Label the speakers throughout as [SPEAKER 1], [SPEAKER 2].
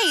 [SPEAKER 1] Hey,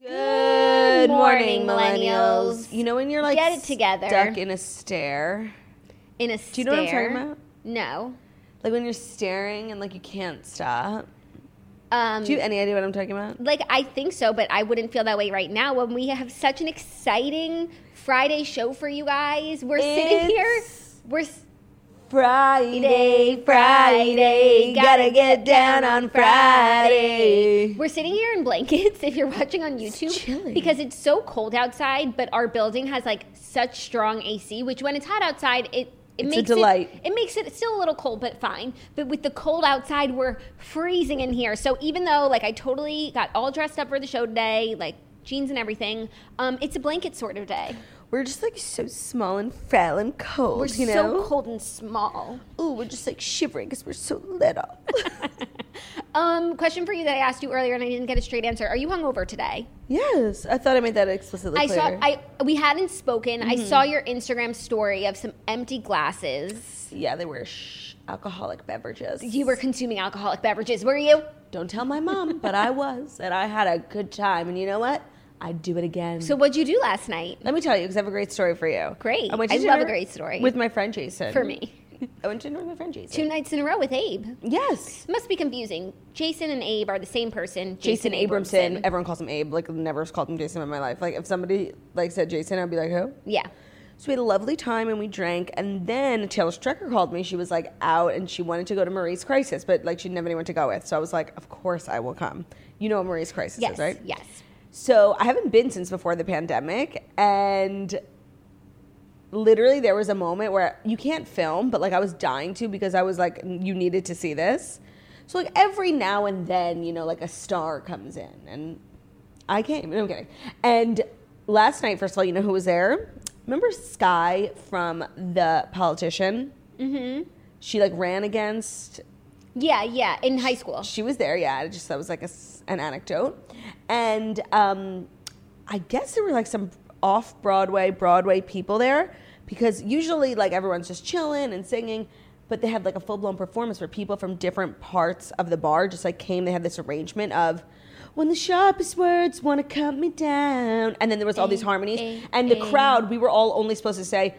[SPEAKER 2] Good
[SPEAKER 3] morning, millennials.
[SPEAKER 2] You know when you're like
[SPEAKER 3] Get it together.
[SPEAKER 2] stuck in a stare?
[SPEAKER 3] in a stare.
[SPEAKER 2] Do you know what I'm talking about?
[SPEAKER 3] No.
[SPEAKER 2] Like when you're staring and like you can't stop.
[SPEAKER 3] Um,
[SPEAKER 2] Do you have any idea what I'm talking about?
[SPEAKER 3] like I think so, but I wouldn't feel that way right now when we have such an exciting Friday show for you guys. We're sitting here.
[SPEAKER 2] It's-
[SPEAKER 3] We're s-
[SPEAKER 2] Friday,
[SPEAKER 3] We're sitting here in blankets if you're watching on YouTube
[SPEAKER 2] chilly.
[SPEAKER 3] because it's so cold outside, but our building has like such strong AC, which when it's hot outside, it it
[SPEAKER 2] It's a
[SPEAKER 3] makes
[SPEAKER 2] delight.
[SPEAKER 3] It, it makes it still a little cold, but fine. But with the cold outside, we're freezing in here. So even though like I totally got all dressed up for the show today, like jeans and everything, um, it's a blanket sort of day.
[SPEAKER 2] We're just like so small and frail and cold.
[SPEAKER 3] We're
[SPEAKER 2] you
[SPEAKER 3] so
[SPEAKER 2] know?
[SPEAKER 3] cold and small.
[SPEAKER 2] Ooh, we're just like shivering because we're so little.
[SPEAKER 3] Um, question for you that I asked you earlier and I didn't get a straight answer. Are you hungover today?
[SPEAKER 2] yes, I thought I made that explicitly
[SPEAKER 3] I
[SPEAKER 2] clear. Mm-hmm.
[SPEAKER 3] saw I we hadn't spoken. I saw your Instagram story of some empty glasses.
[SPEAKER 2] yeah, they were sh- alcoholic beverages.
[SPEAKER 3] You were consuming alcoholic beverages, were you?
[SPEAKER 2] Don't tell my mom, but I was, and I had a good time. And you know what? I'd do it again.
[SPEAKER 3] So what'd you do last night?
[SPEAKER 2] let me tell you, because I have a great story for you.
[SPEAKER 3] Great.
[SPEAKER 2] went to
[SPEAKER 3] I love a
[SPEAKER 2] dinner
[SPEAKER 3] great story.
[SPEAKER 2] with my friend Jason.
[SPEAKER 3] For me.
[SPEAKER 2] I went to dinner with my friend Jason.
[SPEAKER 3] Two nights in a row with Abe.
[SPEAKER 2] yes,
[SPEAKER 3] Must be confusing. Jason and Abe are the same person.
[SPEAKER 2] Jason Abramson. Everyone calls him Abe. Like never called him Jason in my life. Like if somebody like said Jason, I'd be like, who?
[SPEAKER 3] Yeah.
[SPEAKER 2] So we had a lovely time and we drank. And then Taylor Strecker called me. She was like out and she wanted to go to Marie's Crisis, but like she didn't have anyone to go with. So I was like, of course I will come. You know what Marie's Crisis
[SPEAKER 3] Yes.
[SPEAKER 2] is, right?
[SPEAKER 3] Yes.
[SPEAKER 2] So I haven't been since before the pandemic, and literally there was a moment where you can't film, but like I was dying to because I was like, you needed to see this. So like every now and then, you know, like a star comes in, and I came. No, I'm kidding. And last night, first of all, you know who was there? Remember Sky from The Politician? Mm-hmm. She like ran against
[SPEAKER 3] Yeah, yeah. In high school.
[SPEAKER 2] she was there, yeah. It just that was like a s an anecdote, and um, I guess there were like some off Broadway, Broadway people there because usually like everyone's just chilling and singing, but they had like a full blown performance where people from different parts of the bar just like came. They had this arrangement of. When the sharpest words want to cut me down, and then there was all these harmonies, and the crowd. We were all only supposed to say,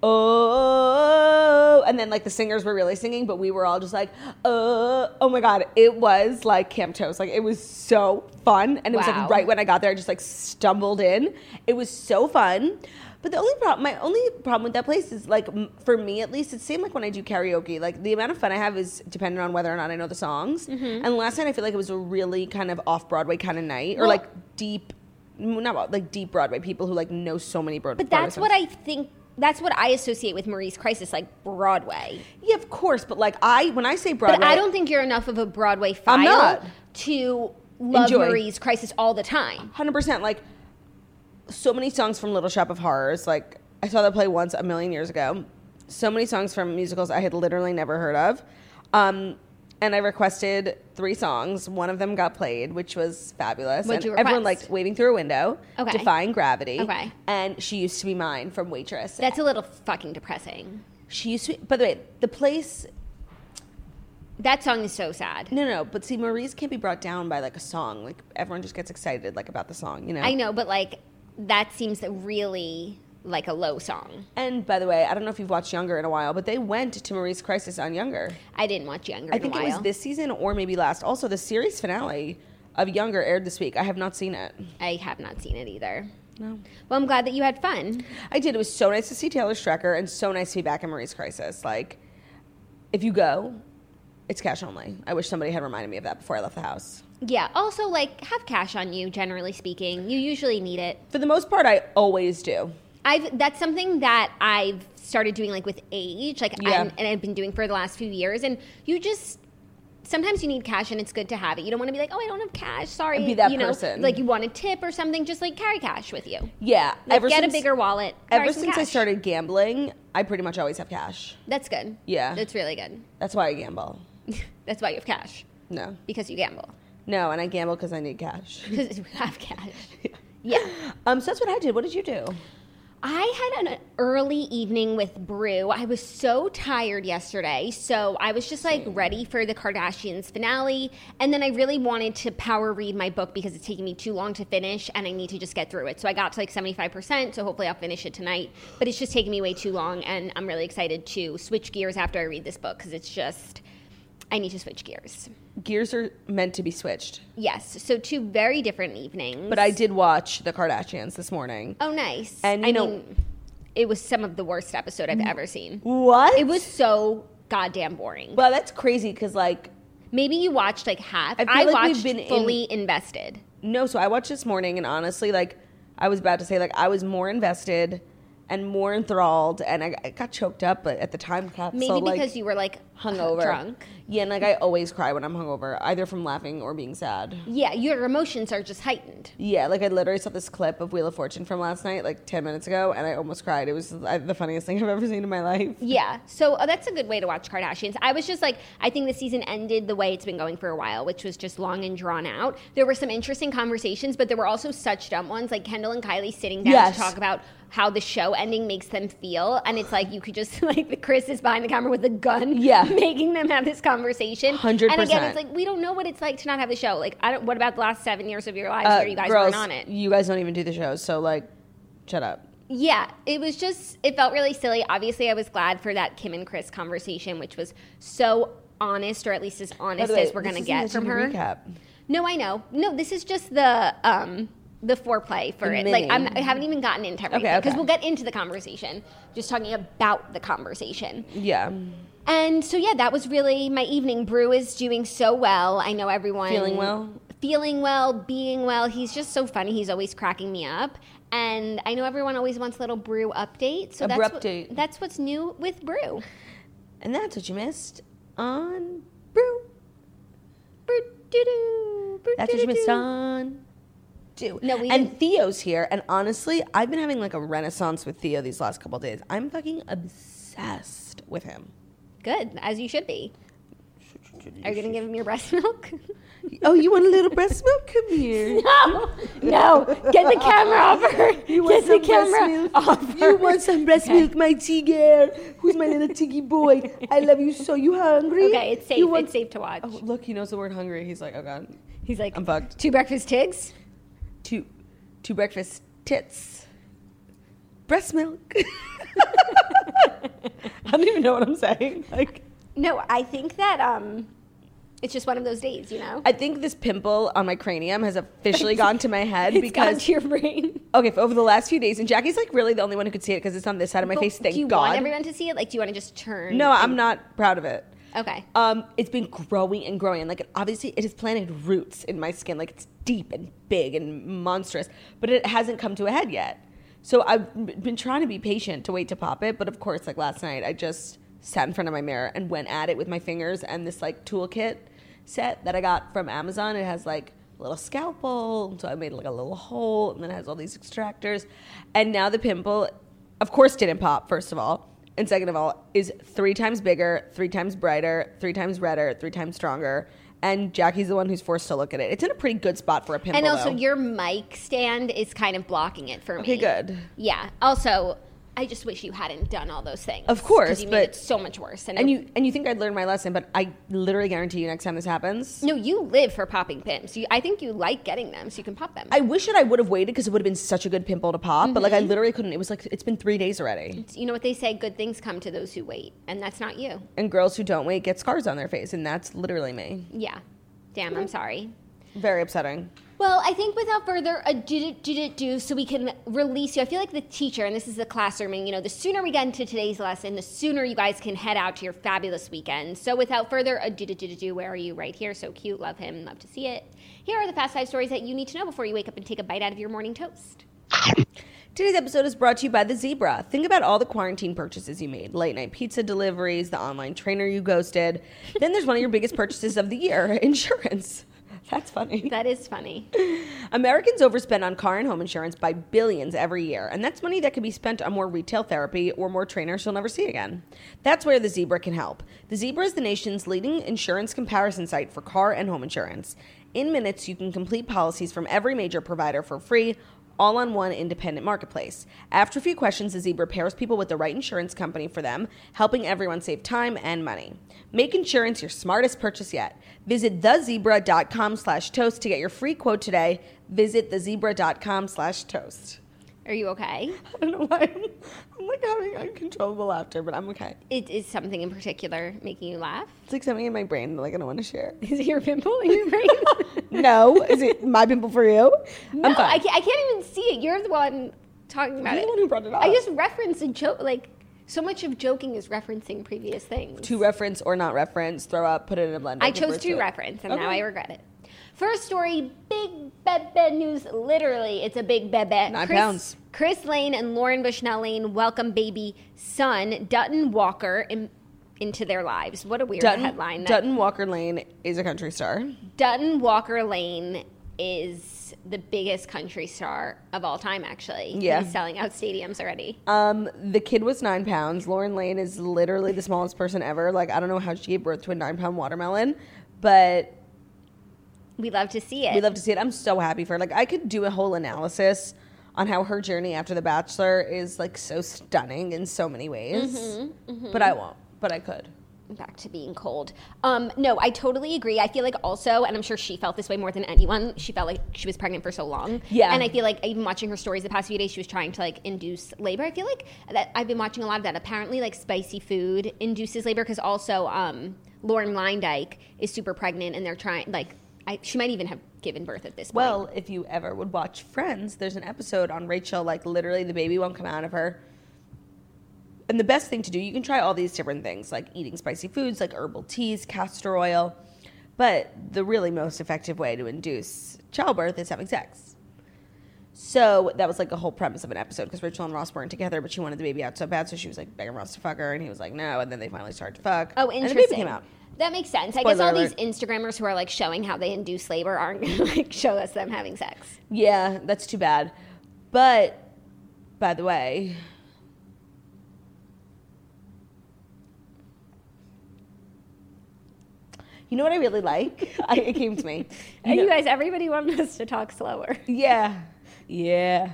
[SPEAKER 2] oh and then like the singers were really singing but we were all just like oh oh my god it was like camp toast like it was so fun and it was
[SPEAKER 3] Wow.
[SPEAKER 2] like right when i got there i just like stumbled in it was so fun but the only problem my only problem with that place is like m- for me at least it seemed like when i do karaoke like the amount of fun i have is dependent on whether or not i know the songs
[SPEAKER 3] Mm-hmm.
[SPEAKER 2] and last night i feel like it was a really kind of off-broadway kind of night or
[SPEAKER 3] Well-
[SPEAKER 2] like deep m- not like deep broadway people who like know so many broadway
[SPEAKER 3] But that's
[SPEAKER 2] songs.
[SPEAKER 3] what I think that's what I associate with Marie's crisis, like Broadway.
[SPEAKER 2] Yeah, of course, but like I when I say Broadway,
[SPEAKER 3] But I don't think you're enough of a Broadway file
[SPEAKER 2] I'm not.
[SPEAKER 3] to love
[SPEAKER 2] Enjoy.
[SPEAKER 3] Marie's crisis all the time.
[SPEAKER 2] hundred percent like so many songs from Little Shop of Horrors. Like I saw that play once a million years ago. So many songs from musicals I had literally never heard of, um, and I requested three songs. One of them got played, which was fabulous.
[SPEAKER 3] What'd
[SPEAKER 2] and
[SPEAKER 3] you
[SPEAKER 2] everyone
[SPEAKER 3] request?
[SPEAKER 2] liked "Waving Through a Window,"
[SPEAKER 3] Okay.
[SPEAKER 2] "Defying Gravity,"
[SPEAKER 3] Okay.
[SPEAKER 2] and "She Used to Be Mine" from Waitress.
[SPEAKER 3] That's a little fucking depressing.
[SPEAKER 2] she used to. By the way, the place
[SPEAKER 3] That song is so sad.
[SPEAKER 2] No, no, but see, Marie's can't be brought down by like a song. Like everyone just gets excited like about the song, you know.
[SPEAKER 3] I know, but like that seems really like a low song.
[SPEAKER 2] And by the way, I don't know if you've watched Younger in a while, but they went to Marie's Crisis on Younger.
[SPEAKER 3] I didn't watch Younger.
[SPEAKER 2] I
[SPEAKER 3] in
[SPEAKER 2] think
[SPEAKER 3] a
[SPEAKER 2] it
[SPEAKER 3] while.
[SPEAKER 2] was this season or maybe last. Also, the series finale of Younger aired this week. I have not seen it.
[SPEAKER 3] I have not seen it either.
[SPEAKER 2] No.
[SPEAKER 3] Well, I'm glad that you had fun.
[SPEAKER 2] I did. It was so nice to see Taylor Strecker and so nice to be back in Marie's Crisis. Like, if you go, it's cash only. I wish somebody had reminded me of that before I left the house.
[SPEAKER 3] Yeah. Also, like, have cash on you. Generally speaking, you usually need it.
[SPEAKER 2] For the most part, I always do.
[SPEAKER 3] I've that's something that I've started doing like with age, like
[SPEAKER 2] Yeah.
[SPEAKER 3] I'm- and I've been doing for the last few years. And you just sometimes you need cash, and it's good to have it. You don't want to be like, oh, I don't have cash. Sorry,
[SPEAKER 2] Be that
[SPEAKER 3] you know,
[SPEAKER 2] person.
[SPEAKER 3] Like you want a tip or something, just like carry cash with you.
[SPEAKER 2] Yeah.
[SPEAKER 3] Like, get a bigger wallet. carry
[SPEAKER 2] Ever
[SPEAKER 3] some
[SPEAKER 2] since I
[SPEAKER 3] cash.
[SPEAKER 2] started gambling, I pretty much always have cash.
[SPEAKER 3] that's good.
[SPEAKER 2] Yeah.
[SPEAKER 3] that's really good.
[SPEAKER 2] That's why I gamble.
[SPEAKER 3] that's why you have cash
[SPEAKER 2] No.
[SPEAKER 3] because you gamble
[SPEAKER 2] No, and I gamble because I need cash.
[SPEAKER 3] because you have cash. Yeah.
[SPEAKER 2] Um, so that's what I did. What did you do?
[SPEAKER 3] I had an early evening with Brew. I was so tired yesterday, so I was just like ready for the Kardashians finale. And then I really wanted to power read my book because it's taking me too long to finish and I need to just get through it. So I got to like 75%, so hopefully I'll finish it tonight. But it's just taking me way too long, and I'm really excited to switch gears after I read this book because it's just, I need to switch gears.
[SPEAKER 2] Gears are meant to be switched.
[SPEAKER 3] Yes, so two very different evenings.
[SPEAKER 2] But I did watch The Kardashians this morning.
[SPEAKER 3] Oh, nice.
[SPEAKER 2] And,
[SPEAKER 3] I
[SPEAKER 2] you know-
[SPEAKER 3] mean, it was some of the worst episode I've ever seen.
[SPEAKER 2] What?
[SPEAKER 3] It was so goddamn boring.
[SPEAKER 2] Well, that's crazy because, like,
[SPEAKER 3] Maybe you watched like half.
[SPEAKER 2] I
[SPEAKER 3] I,
[SPEAKER 2] feel like we've
[SPEAKER 3] watched
[SPEAKER 2] been in-
[SPEAKER 3] fully invested.
[SPEAKER 2] No, so I watched this morning, and honestly, like I was about to say, like I was more invested and more enthralled, and I, I got choked up. But at the time capsule,
[SPEAKER 3] Maybe
[SPEAKER 2] like,
[SPEAKER 3] because you were like
[SPEAKER 2] hungover,
[SPEAKER 3] drunk.
[SPEAKER 2] Yeah, and like I always cry when I'm hungover, either from laughing or being sad.
[SPEAKER 3] Yeah, your emotions are just heightened.
[SPEAKER 2] Yeah, like I literally saw this clip of Wheel of Fortune from last night, like ten minutes ago, and I almost cried. It was uh, the funniest thing I've ever seen in my life.
[SPEAKER 3] Yeah, so uh, that's a good way to watch Kardashians. I was just like, I think the season ended the way it's been going for a while, which was just long and drawn out. There were some interesting conversations, but there were also such dumb ones, like Kendall and Kylie sitting down
[SPEAKER 2] Yes.
[SPEAKER 3] to talk about how the show ending makes them feel, and it's like you could just like Chris is behind the camera with a gun,
[SPEAKER 2] Yeah.
[SPEAKER 3] making them have this conversation.
[SPEAKER 2] 100%.
[SPEAKER 3] And again, it's like we don't know what it's like to not have the show. Like, I don't. What about the last seven years of your lives
[SPEAKER 2] Uh,
[SPEAKER 3] where you guys
[SPEAKER 2] girls,
[SPEAKER 3] weren't on it?
[SPEAKER 2] You guys don't even do the show, so like, shut up.
[SPEAKER 3] Yeah, it was just, it felt really silly. Obviously, I was glad for that Kim and Chris conversation, which was so honest, or at least as
[SPEAKER 2] By
[SPEAKER 3] honest
[SPEAKER 2] the way,
[SPEAKER 3] as we're going
[SPEAKER 2] this
[SPEAKER 3] to
[SPEAKER 2] isn't
[SPEAKER 3] get
[SPEAKER 2] just
[SPEAKER 3] from
[SPEAKER 2] a
[SPEAKER 3] her.
[SPEAKER 2] Recap.
[SPEAKER 3] No, I know. No, this is just the, um, the foreplay for
[SPEAKER 2] The
[SPEAKER 3] it. Like, I'm,
[SPEAKER 2] mini.
[SPEAKER 3] I haven't even gotten into everything
[SPEAKER 2] okay.
[SPEAKER 3] because we'll get into the conversation. Just talking about the conversation.
[SPEAKER 2] Yeah,
[SPEAKER 3] And so, yeah, that was really my evening. Brew is doing so well. I know everyone.
[SPEAKER 2] Feeling well?
[SPEAKER 3] Feeling well, being well. He's just so funny. He's always cracking me up. And I know everyone always wants a little Brew update. So that's,
[SPEAKER 2] Abrupt
[SPEAKER 3] what-
[SPEAKER 2] date.
[SPEAKER 3] that's what's new with Brew.
[SPEAKER 2] and that's what you missed on
[SPEAKER 3] Brew. Brew doo doo. Brew
[SPEAKER 2] That's what you
[SPEAKER 3] doo-doo-doo.
[SPEAKER 2] missed on. Do.
[SPEAKER 3] No, we
[SPEAKER 2] and
[SPEAKER 3] didn't-
[SPEAKER 2] Theo's here, and honestly, I've been having like a renaissance with Theo these last couple days. I'm fucking obsessed with him.
[SPEAKER 3] Good, as you should be. Are you going to give him your breast milk?
[SPEAKER 2] Oh, you want a little breast milk? Come here.
[SPEAKER 3] no. No. Get the camera off her.
[SPEAKER 2] You
[SPEAKER 3] Get
[SPEAKER 2] want
[SPEAKER 3] the
[SPEAKER 2] some breast
[SPEAKER 3] camera
[SPEAKER 2] milk?
[SPEAKER 3] off her.
[SPEAKER 2] You want some breast milk, my tigger? Who's my little tiggy boy? I love you so. You hungry?
[SPEAKER 3] Okay, it's safe.
[SPEAKER 2] You want-
[SPEAKER 3] It's safe to watch.
[SPEAKER 2] Oh, look, he knows the word hungry. He's like, oh god.
[SPEAKER 3] He's like,
[SPEAKER 2] I'm fucked.
[SPEAKER 3] Two breakfast tigs?
[SPEAKER 2] Two, two breakfast tits. Breast milk. I don't even know what I'm saying. Like.
[SPEAKER 3] No, I think that um, it's just one of those days, you know.
[SPEAKER 2] I think this pimple on my cranium has officially gone to my head
[SPEAKER 3] It's gone
[SPEAKER 2] because
[SPEAKER 3] to your brain.
[SPEAKER 2] okay, for over the last few days, and Jackie's like really the only one who could see it because it's on this side of my
[SPEAKER 3] But
[SPEAKER 2] face. Thank
[SPEAKER 3] do you
[SPEAKER 2] God.
[SPEAKER 3] want everyone to see it? Like, do you want to just turn?
[SPEAKER 2] no, I'm
[SPEAKER 3] and-
[SPEAKER 2] not proud of it.
[SPEAKER 3] Okay.
[SPEAKER 2] Um, it's been growing and growing, and like it, obviously it has planted roots in my skin. Like it's deep and big and monstrous, but it hasn't come to a head yet. So I've been trying to be patient to wait to pop it, but of course, like last night, I just sat in front of my mirror and went at it with my fingers and this like toolkit set that I got from Amazon. It has like a little scalpel, so I made like a little hole, and then it has all these extractors. And now the pimple, of course, didn't pop. First of all, and second of all, is three times bigger, three times brighter, three times redder, three times stronger. And Jackie's the one who's forced to look at it. It's in a pretty good spot for a pimple.
[SPEAKER 3] and also,
[SPEAKER 2] though.
[SPEAKER 3] your mic stand is kind of blocking it for me.
[SPEAKER 2] okay, good.
[SPEAKER 3] Yeah. Also, I just wish you hadn't done all those things.
[SPEAKER 2] Of course,
[SPEAKER 3] 'cause you
[SPEAKER 2] but-
[SPEAKER 3] made it so much worse. And,
[SPEAKER 2] And
[SPEAKER 3] it-
[SPEAKER 2] you and you think I'd learn my lesson, but I literally guarantee you, next time this happens,
[SPEAKER 3] no, you live for popping pimps. You, I think you like getting them, so you can pop them.
[SPEAKER 2] I wish that I would have waited because it would have been such a good pimple to pop. But like,
[SPEAKER 3] Mm-hmm.
[SPEAKER 2] I literally couldn't. It was like it's been three days already.
[SPEAKER 3] you know what they say: good things come to those who wait, and that's not you.
[SPEAKER 2] And girls who don't wait get scars on their face, and that's literally me.
[SPEAKER 3] Yeah. Damn, I'm sorry.
[SPEAKER 2] Very upsetting.
[SPEAKER 3] Well, I think without further ado, do, do, do, so we can release you. I feel like the teacher, and this is the classroom, and you know, the sooner we get into today's lesson, the sooner you guys can head out to your fabulous weekend. So without further ado, do, do, do, where are you? Right here. So cute. Love him. Love to see it. Here are the fast five stories that you need to know before you wake up and take a bite out of your morning toast.
[SPEAKER 2] Today's episode is brought to you by The Zebra. Think about all the quarantine purchases you made late night pizza deliveries, the online trainer you ghosted. Then there's one of your biggest purchases of the year insurance. That's funny.
[SPEAKER 3] That is funny.
[SPEAKER 2] Americans overspend on car and home insurance by billions every year, and that's money that could be spent on more retail therapy or more trainers you'll never see again. That's where the Zebra can help. The Zebra is the nation's leading insurance comparison site for car and home insurance. In minutes, you can complete policies from every major provider for free all on one independent marketplace. After a few questions, the Zebra pairs people with the right insurance company for them, helping everyone save time and money. Make insurance your smartest purchase yet. Visit thezebra.com slash toast to get your free quote today. Visit thezebra.com slash toast.
[SPEAKER 3] Are you okay?
[SPEAKER 2] I don't know why I'm, I'm like having uncontrollable laughter, but I'm okay.
[SPEAKER 3] It is something in particular making you laugh.
[SPEAKER 2] It's like something in my brain that like I don't want to share.
[SPEAKER 3] Is it your pimple in your brain?
[SPEAKER 2] no, is it my pimple for you?
[SPEAKER 3] no, I can't, I can't even see it. You're the one talking about
[SPEAKER 2] You're
[SPEAKER 3] it.
[SPEAKER 2] the one who brought it up.
[SPEAKER 3] I just referenced a joke. Like so much of joking is referencing previous things.
[SPEAKER 2] to reference or not reference, throw up, put it in a blender.
[SPEAKER 3] I
[SPEAKER 2] give
[SPEAKER 3] chose
[SPEAKER 2] birth
[SPEAKER 3] to
[SPEAKER 2] it.
[SPEAKER 3] reference, and now
[SPEAKER 2] Okay.
[SPEAKER 3] I regret it. First story, big bad bad news. Literally, it's a big bad bad.
[SPEAKER 2] Nine
[SPEAKER 3] Chris,
[SPEAKER 2] pounds.
[SPEAKER 3] Chris Lane and Lauren Bushnell Lane welcome baby son Dutton Walker in, into their lives. What a weird
[SPEAKER 2] Dutton,
[SPEAKER 3] headline. That
[SPEAKER 2] Dutton Walker Lane is a country star.
[SPEAKER 3] Dutton Walker Lane is the biggest country star of all time. Actually,
[SPEAKER 2] Yeah.
[SPEAKER 3] he's selling out stadiums already.
[SPEAKER 2] Um, the kid was nine pounds. Lauren Lane is literally the smallest person ever. Like I don't know how she gave birth to a nine pound watermelon, but
[SPEAKER 3] we love to see it.
[SPEAKER 2] we love to see it. I'm so happy for her. Like I could do a whole analysis on how her journey after The Bachelor is like so stunning in so many ways,
[SPEAKER 3] Mm-hmm,
[SPEAKER 2] but I won't. But I could.
[SPEAKER 3] back to being cold. Um, no, I totally agree. I feel like also, and I'm sure she felt this way more than anyone. She felt like she was pregnant for so long.
[SPEAKER 2] Yeah.
[SPEAKER 3] and I feel like even watching her stories the past few days, she was trying to like induce labor. I feel like that I've been watching a lot of that. Apparently, like spicy food induces labor because also um, Lauren Leindike is super pregnant, and they're trying like I, she might even have given birth at this point.
[SPEAKER 2] Well, if you ever would watch Friends, there's an episode on Rachel, like literally the baby won't come out of her. And the best thing to do, you can try all these different things, like eating spicy foods, like herbal teas, castor oil. But the really most effective way to induce childbirth is having sex. So that was like a whole premise of an episode because Rachel and Ross weren't together, but she wanted the baby out so bad, so she was like begging Ross to fuck her, and he was like no, and then they finally started to fuck.
[SPEAKER 3] Oh,
[SPEAKER 2] and the
[SPEAKER 3] interesting.
[SPEAKER 2] baby came out.
[SPEAKER 3] That makes sense. I guess
[SPEAKER 2] Spoiler
[SPEAKER 3] all these Instagrammers who are like showing how they induce labor aren't going to like show us them having sex.
[SPEAKER 2] Yeah, that's too bad. But by the way, you know what I really like? I, it came to me. You
[SPEAKER 3] And
[SPEAKER 2] know-
[SPEAKER 3] you guys, everybody wanted us to talk slower.
[SPEAKER 2] yeah, yeah.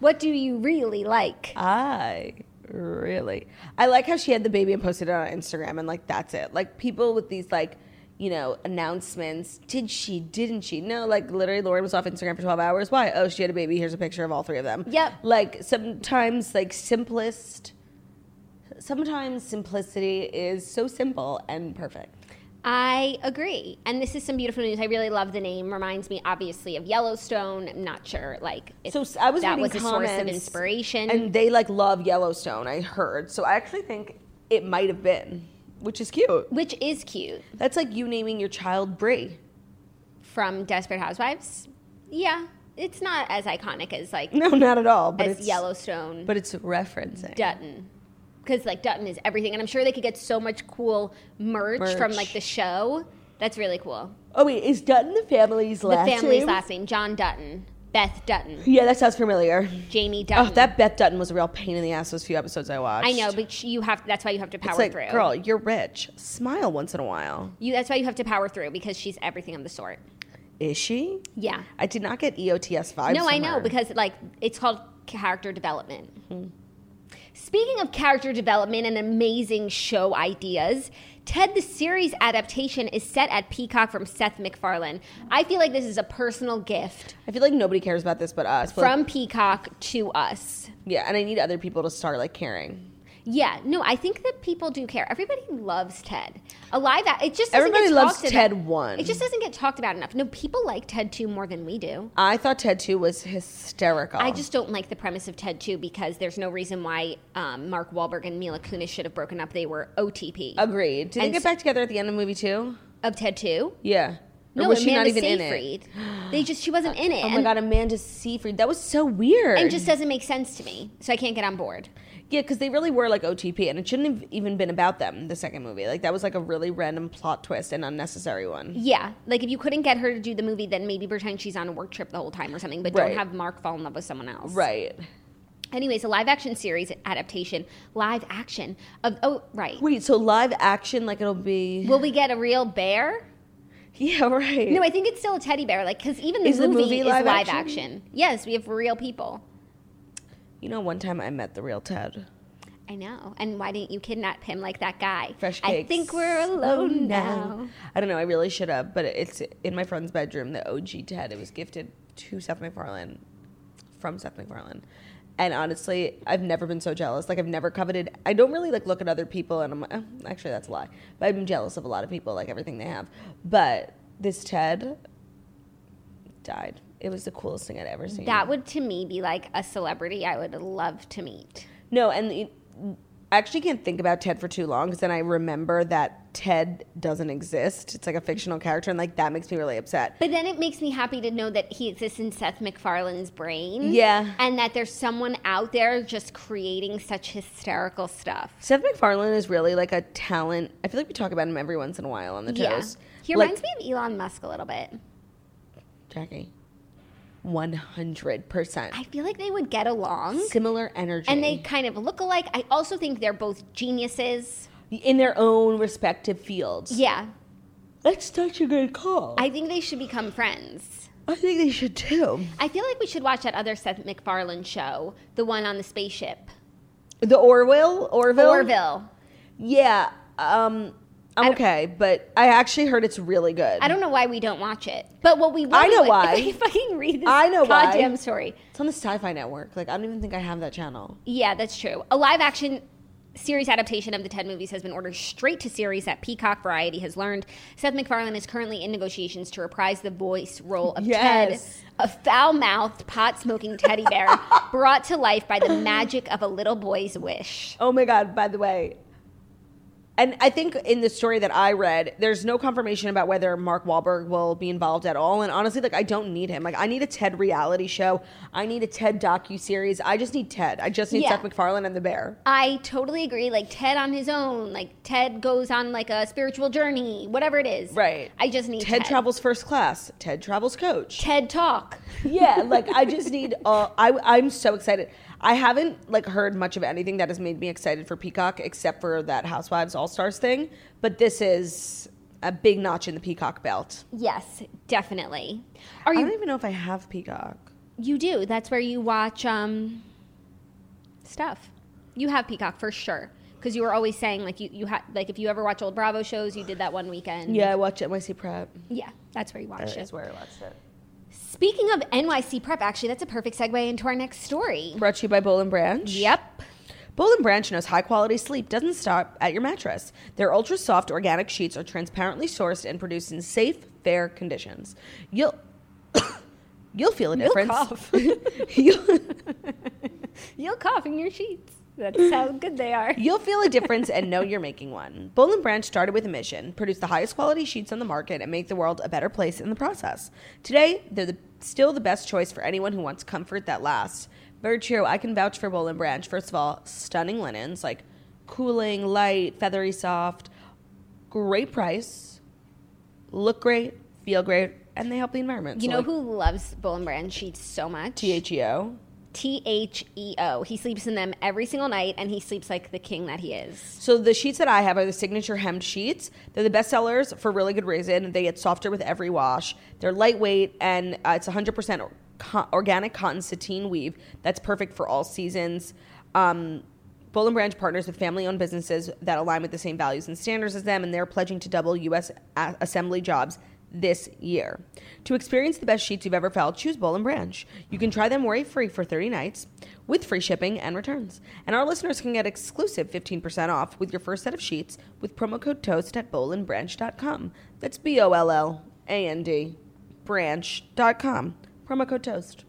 [SPEAKER 3] What do you really like?
[SPEAKER 2] I really. I like how she had the baby and posted it on Instagram, and like that's it. Like people with these like, you know, announcements. Did she? Didn't she? No. Like literally, Lauren was off Instagram for twelve hours. Why? Oh, she had a baby. Here's a picture of all three of them.
[SPEAKER 3] Yep.
[SPEAKER 2] Like sometimes, like simplest. Sometimes simplicity is so simple and perfect.
[SPEAKER 3] I agree. And this is some beautiful news. I really love the name. Reminds me, obviously, of Yellowstone. I'm not sure, like, if
[SPEAKER 2] So I was
[SPEAKER 3] that
[SPEAKER 2] reading
[SPEAKER 3] was a source of
[SPEAKER 2] comments,
[SPEAKER 3] inspiration.
[SPEAKER 2] and they like love Yellowstone. I heard. So I actually think it might have been, which is cute.
[SPEAKER 3] which is cute
[SPEAKER 2] That's like you naming your child Brie.
[SPEAKER 3] from Desperate Housewives. Yeah, it's not as iconic as like
[SPEAKER 2] No, not at all. Mm, But
[SPEAKER 3] as
[SPEAKER 2] it's
[SPEAKER 3] Yellowstone,
[SPEAKER 2] But it's referencing.
[SPEAKER 3] Dutton. Because like Dutton is everything, and I'm sure they could get so much cool merch, from
[SPEAKER 2] Merch.
[SPEAKER 3] like the show. That's really cool.
[SPEAKER 2] oh wait, is Dutton the family's
[SPEAKER 3] The
[SPEAKER 2] last
[SPEAKER 3] family's
[SPEAKER 2] name?
[SPEAKER 3] last name: John Dutton, Beth Dutton,
[SPEAKER 2] Yeah, that sounds familiar.
[SPEAKER 3] Jamie
[SPEAKER 2] Oh,
[SPEAKER 3] Dutton.
[SPEAKER 2] that Beth Dutton was a real pain in the ass those few episodes I watched.
[SPEAKER 3] I know, but sh- you have. That's why you have to power
[SPEAKER 2] It's like,
[SPEAKER 3] through.
[SPEAKER 2] girl, you're rich. Smile once in a while.
[SPEAKER 3] You, that's why you have to power through because she's everything of the sort.
[SPEAKER 2] Is she?
[SPEAKER 3] Yeah.
[SPEAKER 2] I did not get E EOTS vibes.
[SPEAKER 3] no, I
[SPEAKER 2] from
[SPEAKER 3] know
[SPEAKER 2] her.
[SPEAKER 3] because like it's called character development.
[SPEAKER 2] Hmm.
[SPEAKER 3] Speaking of character development and amazing show ideas, Ted the series adaptation is set at Peacock from Seth MacFarlane. I feel like this is a personal gift
[SPEAKER 2] I feel like nobody cares about this but us. but,
[SPEAKER 3] from Peacock to us.
[SPEAKER 2] yeah, and I need other people to start like caring.
[SPEAKER 3] Yeah, no, I think that people do care. Everybody loves Ted. A live, act- it just doesn't
[SPEAKER 2] Everybody
[SPEAKER 3] get
[SPEAKER 2] loves
[SPEAKER 3] talked
[SPEAKER 2] Ted
[SPEAKER 3] about.
[SPEAKER 2] one.
[SPEAKER 3] It just doesn't get talked about enough. No, people like Ted two more than we do.
[SPEAKER 2] I thought Ted 2 was hysterical.
[SPEAKER 3] I just don't like the premise of Ted two because there's no reason why um, Mark Wahlberg and Mila Kunis should have broken up. They were OTP
[SPEAKER 2] agreed. Did they
[SPEAKER 3] And
[SPEAKER 2] get
[SPEAKER 3] s-
[SPEAKER 2] back together at the end of movie 2?
[SPEAKER 3] of Ted two.
[SPEAKER 2] Yeah. Or
[SPEAKER 3] No,
[SPEAKER 2] was
[SPEAKER 3] Amanda
[SPEAKER 2] she not even in it?
[SPEAKER 3] Seyfried. They just she wasn't in it.
[SPEAKER 2] Oh my
[SPEAKER 3] and-
[SPEAKER 2] god, Amanda Seyfried. That was so weird.
[SPEAKER 3] and just doesn't make sense to me, so I can't get on board.
[SPEAKER 2] Yeah, because they really were like OTP, and it shouldn't have even been about them. The second movie, like that was like a really random plot twist and unnecessary one.
[SPEAKER 3] Yeah, like if you couldn't get her to do the movie, then maybe pretend she's on a work trip the whole time or something, but
[SPEAKER 2] Right.
[SPEAKER 3] don't have Mark fall in love with someone else.
[SPEAKER 2] Right.
[SPEAKER 3] Anyways, a live action series adaptation, live action of oh right.
[SPEAKER 2] Wait, so live action, like it'll be?
[SPEAKER 3] Will we get a real bear?
[SPEAKER 2] yeah, right.
[SPEAKER 3] No, I think it's still a teddy bear, like because even the
[SPEAKER 2] Is the
[SPEAKER 3] movie,
[SPEAKER 2] movie
[SPEAKER 3] is
[SPEAKER 2] live
[SPEAKER 3] live
[SPEAKER 2] action?
[SPEAKER 3] action? Yes, we have real people.
[SPEAKER 2] you know, one time I met the real Ted.
[SPEAKER 3] I know. And why didn't you kidnap him like that guy?
[SPEAKER 2] Fresh
[SPEAKER 3] I
[SPEAKER 2] cakes.
[SPEAKER 3] think we're alone now.
[SPEAKER 2] I don't know. I really should have, but it's in my friend's bedroom. The OG Ted. It was gifted to Seth MacFarlane from Seth MacFarlane. And honestly, I've never been so jealous. Like I've never coveted. I don't really like look at other people, and I'm uh, actually that's a lie. But I'm jealous of a lot of people, like everything they have. But this Ted died. It was the coolest thing I'd ever seen.
[SPEAKER 3] That would to me be like a celebrity I would love to meet.
[SPEAKER 2] No, and it, I actually can't think about Ted for too long because then I remember that Ted doesn't exist. It's like a fictional character, and like that makes me really upset.
[SPEAKER 3] But then it makes me happy to know that he exists in Seth MacFarlane's brain.
[SPEAKER 2] Yeah.
[SPEAKER 3] And that there's someone out there just creating such hysterical stuff.
[SPEAKER 2] Seth MacFarlane is really like a talent. I feel like we talk about him every once in a while on the
[SPEAKER 3] Yeah.
[SPEAKER 2] toast.
[SPEAKER 3] He
[SPEAKER 2] Like-
[SPEAKER 3] reminds me of Elon Musk a little bit.
[SPEAKER 2] Jackie, one hundred percent
[SPEAKER 3] I feel like they would get along.
[SPEAKER 2] similar energy,
[SPEAKER 3] And they kind of look alike. I also think they're both geniuses.
[SPEAKER 2] in their own respective fields.
[SPEAKER 3] Yeah.
[SPEAKER 2] that's such a good call. I,
[SPEAKER 3] I think they should become friends.
[SPEAKER 2] think they should too.
[SPEAKER 3] I feel like we should watch that other Seth MacFarlane show, the one on the spaceship.
[SPEAKER 2] The Orville, Orville,
[SPEAKER 3] Orville.
[SPEAKER 2] Yeah, um, I'm okay, but I actually heard it's really good.
[SPEAKER 3] I don't know why we don't watch it. But what we
[SPEAKER 2] I
[SPEAKER 3] really
[SPEAKER 2] know
[SPEAKER 3] would-
[SPEAKER 2] why.
[SPEAKER 3] If I fucking read this
[SPEAKER 2] I know why.
[SPEAKER 3] goddamn story.
[SPEAKER 2] It's on the Sci-Fi Network. Like I don't even think I have that channel.
[SPEAKER 3] Yeah, that's true. A live action series adaptation of the Ted movies has been ordered straight to series that Peacock Variety has learned. Seth MacFarlane is currently in negotiations to reprise the voice role of
[SPEAKER 2] Yes.
[SPEAKER 3] Ted, a foul mouthed, pot smoking teddy bear brought to life by the magic of a little boy's wish.
[SPEAKER 2] Oh my god! By the way, and I think in the story that I read, there's no confirmation about whether Mark Wahlberg will be involved at all. And honestly, like I don't need him. Like I need a Ted reality show. I need a Ted docu series. I just need Ted. I just need
[SPEAKER 3] Yeah.
[SPEAKER 2] Seth MacFarlane and the Bear.
[SPEAKER 3] I totally agree. Like Ted on his own, like Ted goes on like a spiritual journey, whatever it is.
[SPEAKER 2] Right.
[SPEAKER 3] I just need
[SPEAKER 2] Ted, travels first class. Ted travels coach.
[SPEAKER 3] TED Talk.
[SPEAKER 2] yeah, like I just need. Uh, I I'm so excited. I haven't like heard much of anything that has made me excited for Peacock except for that Housewives All Stars thing. But this is a big notch in the Peacock belt.
[SPEAKER 3] Yes, definitely. Are
[SPEAKER 2] I
[SPEAKER 3] you
[SPEAKER 2] don't even know if I have Peacock.
[SPEAKER 3] You do. That's where you watch um, stuff. You have Peacock for sure because you were always saying like you you had like if you ever watch old Bravo shows, you did that one weekend.
[SPEAKER 2] Yeah, I watch NYC Prep.
[SPEAKER 3] yeah, that's where you watch
[SPEAKER 2] That's
[SPEAKER 3] it.
[SPEAKER 2] where I watched it.
[SPEAKER 3] Speaking of NYC prep, actually, that's a perfect segue into our next story.
[SPEAKER 2] Brought to you by Bowl and Branch.
[SPEAKER 3] Yep.
[SPEAKER 2] Bowl and Branch knows high quality sleep doesn't stop at your mattress. Their ultra soft organic sheets are transparently sourced and produced in safe, fair conditions. You'll you'll feel a difference.
[SPEAKER 3] cough.
[SPEAKER 2] You'll-
[SPEAKER 3] You'll cough in your sheets. That's how good they are.
[SPEAKER 2] You'll feel a difference and know you're making one. Bowl and Branch started with a mission produce the highest quality sheets on the market and make the world a better place in the process. Today, they're the, still the best choice for anyone who wants comfort that lasts. Very true. I can vouch for Bowl and Branch. First of all, stunning linens like cooling, light, feathery soft, great price, look great, feel great, and they help the environment.
[SPEAKER 3] You
[SPEAKER 2] So,
[SPEAKER 3] know
[SPEAKER 2] like,
[SPEAKER 3] who loves Bull and Brand sheets so much?
[SPEAKER 2] E THEO.
[SPEAKER 3] T H E O. He sleeps in them every single night, and he sleeps like the king that he is.
[SPEAKER 2] So the sheets that I have are the signature hemmed sheets. They're the best sellers for really good reason. They get softer with every wash. They're lightweight and uh, it's 100% or- co- organic cotton sateen weave that's perfect for all seasons. Um, Bull and Branch partners with family-owned businesses that align with the same values and standards as them, and they're pledging to double U.S. a- assembly jobs this year. To experience the best sheets you've ever felt, choose Bowl and Branch. You can try them worry-free for 30 nights with free shipping and returns. And our listeners can get exclusive 15% off with your first set of sheets with promo code TOAST at bowlandbranch.com. That's B O L L A N D branch.com. Promo code TOAST.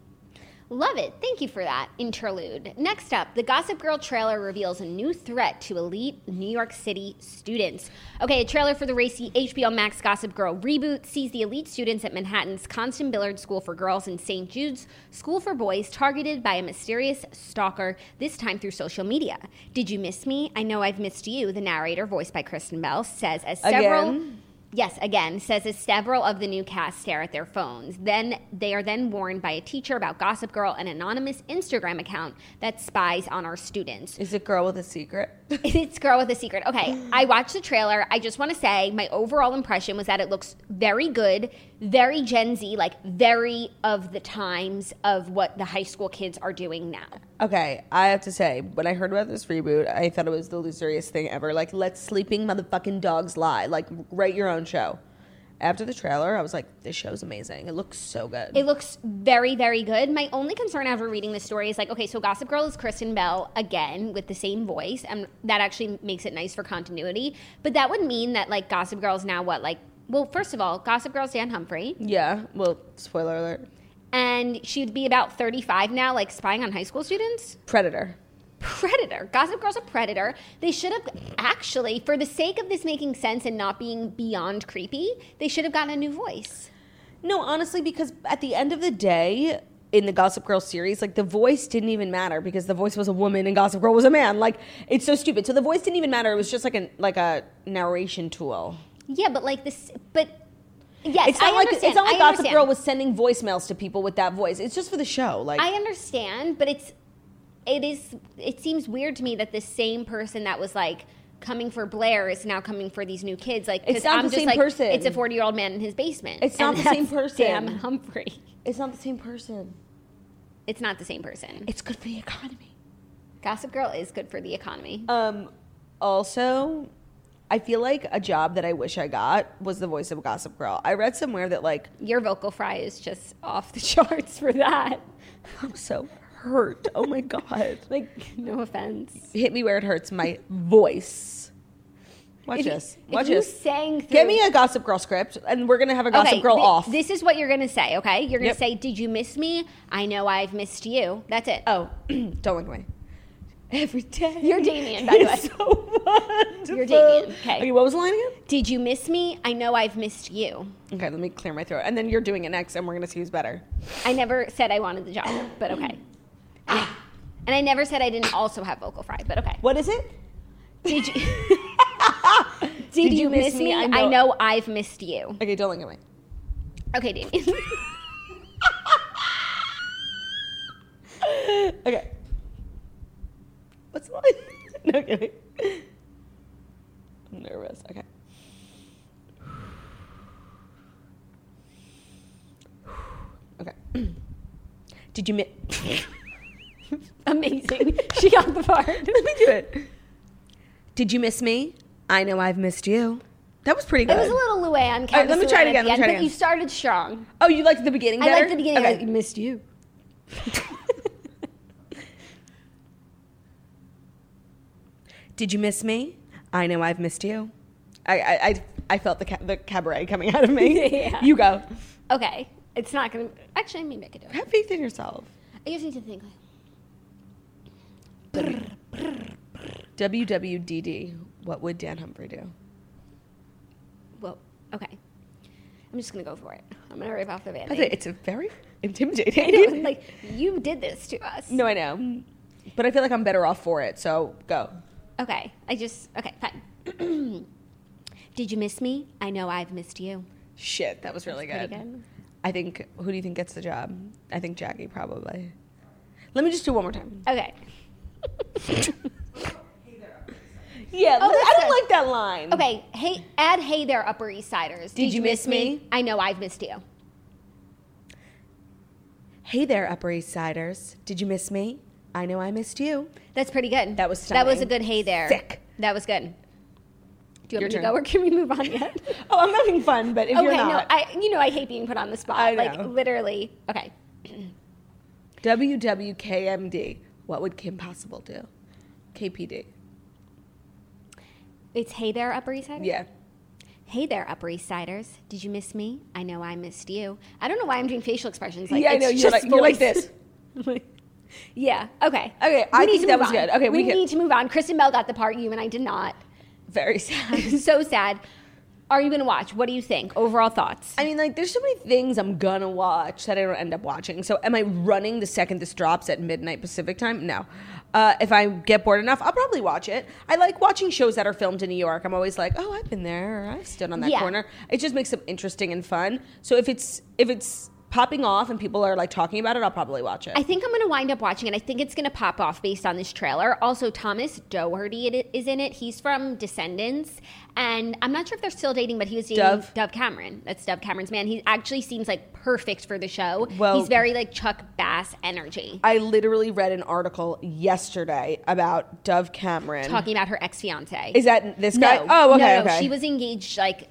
[SPEAKER 3] Love it. Thank you for that interlude. Next up, the Gossip Girl trailer reveals a new threat to elite New York City students. Okay, a trailer for the racy HBO Max Gossip Girl reboot sees the elite students at Manhattan's Constant Billard School for Girls and St. Jude's School for Boys targeted by a mysterious stalker, this time through social media. Did you miss me? I know I've missed you, the narrator, voiced by Kristen Bell, says as several.
[SPEAKER 2] Again?
[SPEAKER 3] Yes, again, says as several of the new cast stare at their phones. Then they are then warned by a teacher about Gossip Girl, an anonymous Instagram account that spies on our students.
[SPEAKER 2] Is it girl with a secret?
[SPEAKER 3] it's Girl with a Secret. Okay, I watched the trailer. I just want to say my overall impression was that it looks very good, very Gen Z, like very of the times of what the high school kids are doing now.
[SPEAKER 2] Okay, I have to say, when I heard about this reboot, I thought it was the illusorious thing ever. Like, let sleeping motherfucking dogs lie. Like, write your own show. After the trailer, I was like, this show's amazing. It looks so good.
[SPEAKER 3] It looks very, very good. My only concern after reading this story is like, okay, so Gossip Girl is Kristen Bell again with the same voice, and that actually makes it nice for continuity. But that would mean that like Gossip Girl's now what like. Well, first of all, Gossip Girl's Dan Humphrey,
[SPEAKER 2] yeah, well, spoiler alert.
[SPEAKER 3] and she'd be about 35 now, like spying on high school students.
[SPEAKER 2] Predator.
[SPEAKER 3] Predator. Gossip Girl's a predator. They should have actually, for the sake of this making sense and not being beyond creepy, they should have gotten a new voice.
[SPEAKER 2] No, honestly, because at the end of the day, in the Gossip Girl series, like the voice didn't even matter because the voice was a woman and Gossip Girl was a man. Like it's so stupid. So the voice didn't even matter. It was just like a like a narration tool.
[SPEAKER 3] Yeah, but like this, but yes,
[SPEAKER 2] It's not
[SPEAKER 3] I
[SPEAKER 2] like
[SPEAKER 3] understand.
[SPEAKER 2] it's not like
[SPEAKER 3] I
[SPEAKER 2] Gossip
[SPEAKER 3] understand.
[SPEAKER 2] Girl was sending voicemails to people with that voice. It's just for the show. Like
[SPEAKER 3] I understand, but it's it is it seems weird to me that the same person that was like coming for Blair is now coming for these new kids. Like 'cause
[SPEAKER 2] It's not
[SPEAKER 3] I'm
[SPEAKER 2] the
[SPEAKER 3] just
[SPEAKER 2] same
[SPEAKER 3] like,
[SPEAKER 2] person.
[SPEAKER 3] It's a forty year old man in his basement.
[SPEAKER 2] It's not
[SPEAKER 3] And
[SPEAKER 2] the same
[SPEAKER 3] that's
[SPEAKER 2] person.
[SPEAKER 3] Dan Humphrey.
[SPEAKER 2] it's not the same person.
[SPEAKER 3] It's not the same person.
[SPEAKER 2] It's good for the economy.
[SPEAKER 3] Gossip Girl is good for the economy.
[SPEAKER 2] Um, also, I feel like a job that I wish I got was the voice of Gossip Girl. I read somewhere that like
[SPEAKER 3] Your vocal fry is just off the charts for that.
[SPEAKER 2] I'm so hurt. Oh my god.
[SPEAKER 3] Like, no offense.
[SPEAKER 2] hit me where it hurts my voice. Watch
[SPEAKER 3] If you-
[SPEAKER 2] this.
[SPEAKER 3] if
[SPEAKER 2] Watch
[SPEAKER 3] you
[SPEAKER 2] this.
[SPEAKER 3] sang through-
[SPEAKER 2] Get me a Gossip Girl script, and we're gonna have a Gossip Girl
[SPEAKER 3] thi-
[SPEAKER 2] off.
[SPEAKER 3] This is what you're gonna say, okay? You're gonna
[SPEAKER 2] Yep.
[SPEAKER 3] say, "Did you miss me? I know I've missed you." That's it.
[SPEAKER 2] oh, don't look away. Every day.
[SPEAKER 3] You're Damien, by the
[SPEAKER 2] It's
[SPEAKER 3] way.
[SPEAKER 2] So wonderful.
[SPEAKER 3] You're Damien, okay.
[SPEAKER 2] Okay, what was the line again?
[SPEAKER 3] Did you miss me? I know I've missed you.
[SPEAKER 2] Okay, let me clear my throat, and then you're doing it next, and we're gonna see who's better.
[SPEAKER 3] I never said I wanted the job, but okay. And I never said I didn't also have vocal fry, but okay.
[SPEAKER 2] What is it?
[SPEAKER 3] Did you Did, you miss, me? I, know. I've missed you.
[SPEAKER 2] Okay, don't look at me.
[SPEAKER 3] Okay, Damien.
[SPEAKER 2] Okay. What's the line? no kidding. I'm nervous. Okay. Okay. Did you miss?
[SPEAKER 3] Amazing. She got the part.
[SPEAKER 2] Let me do it. Did you miss me? I know I've missed you. That was pretty
[SPEAKER 3] It
[SPEAKER 2] good.
[SPEAKER 3] was a little Luann.
[SPEAKER 2] All right, let me try it again,
[SPEAKER 3] Luann
[SPEAKER 2] let me try
[SPEAKER 3] at the
[SPEAKER 2] it
[SPEAKER 3] end,
[SPEAKER 2] again.
[SPEAKER 3] But you started strong.
[SPEAKER 2] oh, you liked the beginning
[SPEAKER 3] I
[SPEAKER 2] better?
[SPEAKER 3] liked the beginning
[SPEAKER 2] Okay.
[SPEAKER 3] better.
[SPEAKER 2] missed you. Did you miss me? I know I've missed you. I I, I, I felt the, ca- the cabaret coming out of me.
[SPEAKER 3] Yeah.
[SPEAKER 2] You go.
[SPEAKER 3] Okay. It's not gonna actually maybe I could do it.
[SPEAKER 2] Have faith in yourself.
[SPEAKER 3] I just need to think.
[SPEAKER 2] WWDD. What would Dan Humphrey do?
[SPEAKER 3] Well, okay. I'm just gonna go for it. I'm gonna rip off the
[SPEAKER 2] By
[SPEAKER 3] band.
[SPEAKER 2] the way, it's a very intimidating.
[SPEAKER 3] I know, like you did this to us.
[SPEAKER 2] no, I know. But I feel like I'm better off for it. So go.
[SPEAKER 3] Okay, I just okay, fine. Did you miss me? I know I've missed you.
[SPEAKER 2] Shit, that was really
[SPEAKER 3] That's
[SPEAKER 2] good.
[SPEAKER 3] pretty good.
[SPEAKER 2] I think. Who do you think gets the job? I think Jackie probably. Let me just do one more time.
[SPEAKER 3] Okay.
[SPEAKER 2] Yeah,
[SPEAKER 3] Oh,
[SPEAKER 2] I
[SPEAKER 3] that's
[SPEAKER 2] don't
[SPEAKER 3] good.
[SPEAKER 2] like that line.
[SPEAKER 3] Okay. Hey, add hey there, Upper East Siders.
[SPEAKER 2] Did you miss me?
[SPEAKER 3] I know I've missed you.
[SPEAKER 2] Hey there, Upper East Siders. Did you miss me? I know I missed you.
[SPEAKER 3] That's pretty good.
[SPEAKER 2] That was
[SPEAKER 3] that was a
[SPEAKER 2] stunning.
[SPEAKER 3] good hey there.
[SPEAKER 2] Sick.
[SPEAKER 3] That was good. Do
[SPEAKER 2] Your
[SPEAKER 3] you want me to go or can we move on yet?
[SPEAKER 2] Oh, I'm having fun, but if
[SPEAKER 3] okay,
[SPEAKER 2] you're not,
[SPEAKER 3] no, I you know I hate being put on the spot.
[SPEAKER 2] I know.
[SPEAKER 3] Like literally. Okay.
[SPEAKER 2] WWKMD. What would Kim Possible do? KPD.
[SPEAKER 3] It's hey there, Upper East Siders.
[SPEAKER 2] Yeah.
[SPEAKER 3] Hey there, Upper East Siders. Did you miss me? I know I missed you. I don't know why I'm doing facial expressions. Like,
[SPEAKER 2] yeah, I
[SPEAKER 3] it's
[SPEAKER 2] know. You're
[SPEAKER 3] just
[SPEAKER 2] like, you're like
[SPEAKER 3] voice.
[SPEAKER 2] this.
[SPEAKER 3] I'm like- yeah. Okay.
[SPEAKER 2] Okay, I think that was good. Okay, we
[SPEAKER 3] we,
[SPEAKER 2] can-
[SPEAKER 3] need to move on. Kristen Bell got the part. You and I did not.
[SPEAKER 2] Very sad.
[SPEAKER 3] so sad. Are you going to watch? What do you think? Overall thoughts?
[SPEAKER 2] I mean, like, there's so many things I'm gonna watch that I don't end up watching. So, am I running the second this drops at midnight Pacific time? No. Uh, if I get bored enough, I'll probably watch it. I like watching shows that are filmed in New York. I'm always like, oh, I've been there, or I've stood on that
[SPEAKER 3] Yeah.
[SPEAKER 2] corner. It just makes them interesting and fun. So if it's if it's popping off and people are like talking about it, I'll probably watch it.
[SPEAKER 3] I think I'm going to wind up watching it. I think it's going to pop off based on this trailer. Also, Thomas Doherty it- is in it. He's from Descendants, and I'm not sure if they're still dating, but he was dating
[SPEAKER 2] Dove?
[SPEAKER 3] Dove, Cameron. That's Dove Cameron's man. He actually seems like perfect for the show.
[SPEAKER 2] Well-
[SPEAKER 3] he's very like Chuck Bass energy,
[SPEAKER 2] I literally read an article yesterday about Dove Cameron.
[SPEAKER 3] talking about her ex fiance.
[SPEAKER 2] Is that this guy?
[SPEAKER 3] no?
[SPEAKER 2] Oh, okay,
[SPEAKER 3] no, no.
[SPEAKER 2] okay.
[SPEAKER 3] She was engaged like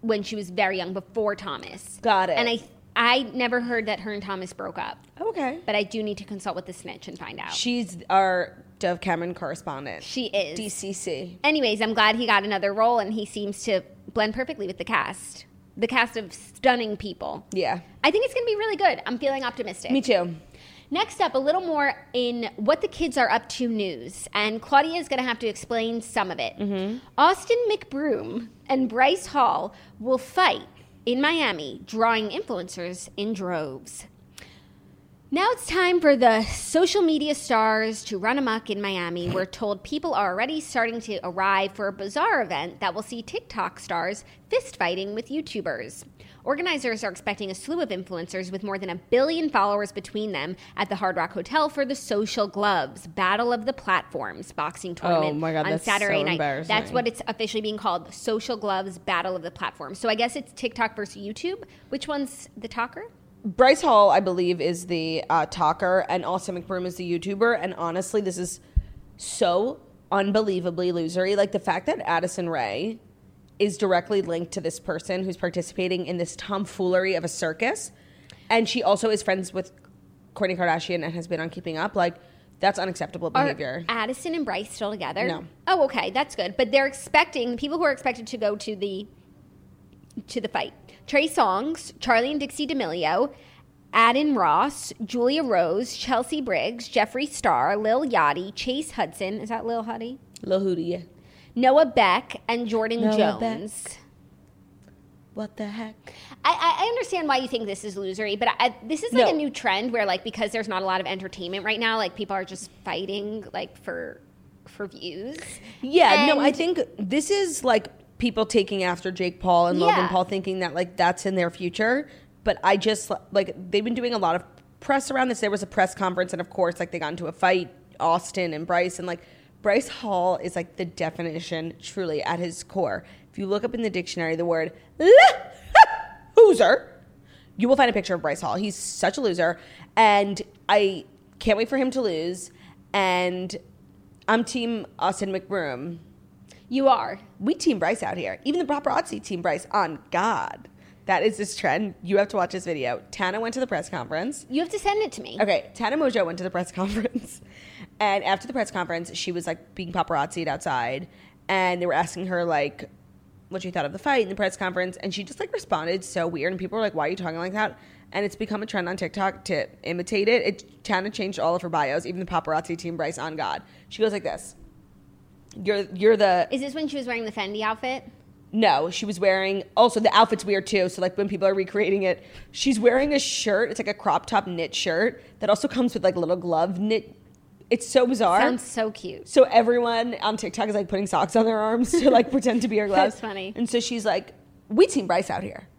[SPEAKER 3] when she was very young, before Thomas.
[SPEAKER 2] Got it.
[SPEAKER 3] And I, I never heard that her and Thomas broke up,
[SPEAKER 2] okay.
[SPEAKER 3] but I do need to consult with the snitch and find out.
[SPEAKER 2] She's our Dove Cameron correspondent.
[SPEAKER 3] she is
[SPEAKER 2] DCC.
[SPEAKER 3] anyways, I'm glad he got another role and he seems to blend perfectly with the cast. The cast of stunning people.
[SPEAKER 2] Yeah.
[SPEAKER 3] I think it's going to be really good. I'm feeling optimistic.
[SPEAKER 2] Me too.
[SPEAKER 3] Next up, a little more in what the kids are up to news. And Claudia is going to have to explain some of it.
[SPEAKER 2] Mm-hmm.
[SPEAKER 3] Austin McBroom and Bryce Hall will fight in Miami, drawing influencers in droves. Now it's time for the social media stars to run amok in Miami. We're told people are already starting to arrive for a bizarre event that will see TikTok stars fist fighting with YouTubers. Organizers are expecting a slew of influencers with more than a billion followers between them at the Hard Rock Hotel for the Social Gloves Battle of the Platforms boxing tournament
[SPEAKER 2] Oh my God,
[SPEAKER 3] on
[SPEAKER 2] that's so
[SPEAKER 3] Saturday night.
[SPEAKER 2] embarrassing.
[SPEAKER 3] That's what it's officially being called, Social Gloves Battle of the Platforms. So I guess it's TikTok versus YouTube. Which one's the talker?
[SPEAKER 2] Bryce Hall, I believe, is the uh, talker, and Austin McBroom is the YouTuber. And honestly, this is so unbelievably losery. Like the fact that Addison Ray is directly linked to this person who's participating in this tomfoolery of a circus, and she also is friends with Kourtney Kardashian and has been on Keeping Up. Like that's unacceptable
[SPEAKER 3] Are
[SPEAKER 2] behavior.
[SPEAKER 3] Addison and Bryce still together?
[SPEAKER 2] No.
[SPEAKER 3] Oh, okay, that's good. But they're expecting people who are expected to go to the to the fight. Trey Songs, Charlie and Dixie D'Amelio, Aden Ross, Julia Rose, Chelsea Briggs, Jeffree Star, Lil Yachty, Chase Hudson. Is that Lil Huddy?
[SPEAKER 2] Lil Hootie.
[SPEAKER 3] Noah Beck and Jordan
[SPEAKER 2] Noah
[SPEAKER 3] Jones.
[SPEAKER 2] What the heck?
[SPEAKER 3] I- I, I understand why you think this is losery, but I, this is like
[SPEAKER 2] No.
[SPEAKER 3] a new trend where, like, because there's not a lot of entertainment right now, like people are just fighting like for for views.
[SPEAKER 2] Yeah, no, I
[SPEAKER 3] And-
[SPEAKER 2] think this is like people taking after Jake Paul and Logan
[SPEAKER 3] Yeah.
[SPEAKER 2] Paul thinking that like that's in their future. But I just like they've been doing a lot of press around this. There was a press conference, and of course, like they got into a fight, Austin and Bryce, and like Bryce Hall is like the definition truly at his core. If you look up in the dictionary the word loser, you will find a picture of Bryce Hall. He's such a loser, and I can't wait for him to lose. And I'm team Austin McBroom.
[SPEAKER 3] You are.
[SPEAKER 2] We team Bryce out here. Even the paparazzi team Bryce on God. That is this trend. You have to watch this video. Tana went to the press conference.
[SPEAKER 3] You have to send it to me.
[SPEAKER 2] Okay, Tana Mojo went to the press conference. And after the press conference, she was like being paparazzied outside. And they were asking her like what she thought of the fight in the press conference. And she just like responded so weird. And people were like, why are you talking like that? And it's become a trend on TikTok to imitate it. it Tana changed all of her bios, even the paparazzi team Bryce on God. She goes like this. You're you're the
[SPEAKER 3] Is this when she was wearing the Fendi outfit?
[SPEAKER 2] No, she was wearing. Also, the outfit's weird too. So like when people are recreating it, she's wearing a shirt. It's like a crop top knit shirt that also comes with like little glove knit. It's so bizarre.
[SPEAKER 3] Sounds so cute.
[SPEAKER 2] so everyone on TikTok is like putting socks on their arms to like pretend to be her gloves.
[SPEAKER 3] That's funny.
[SPEAKER 2] And so she's like, "We team Bryce out here.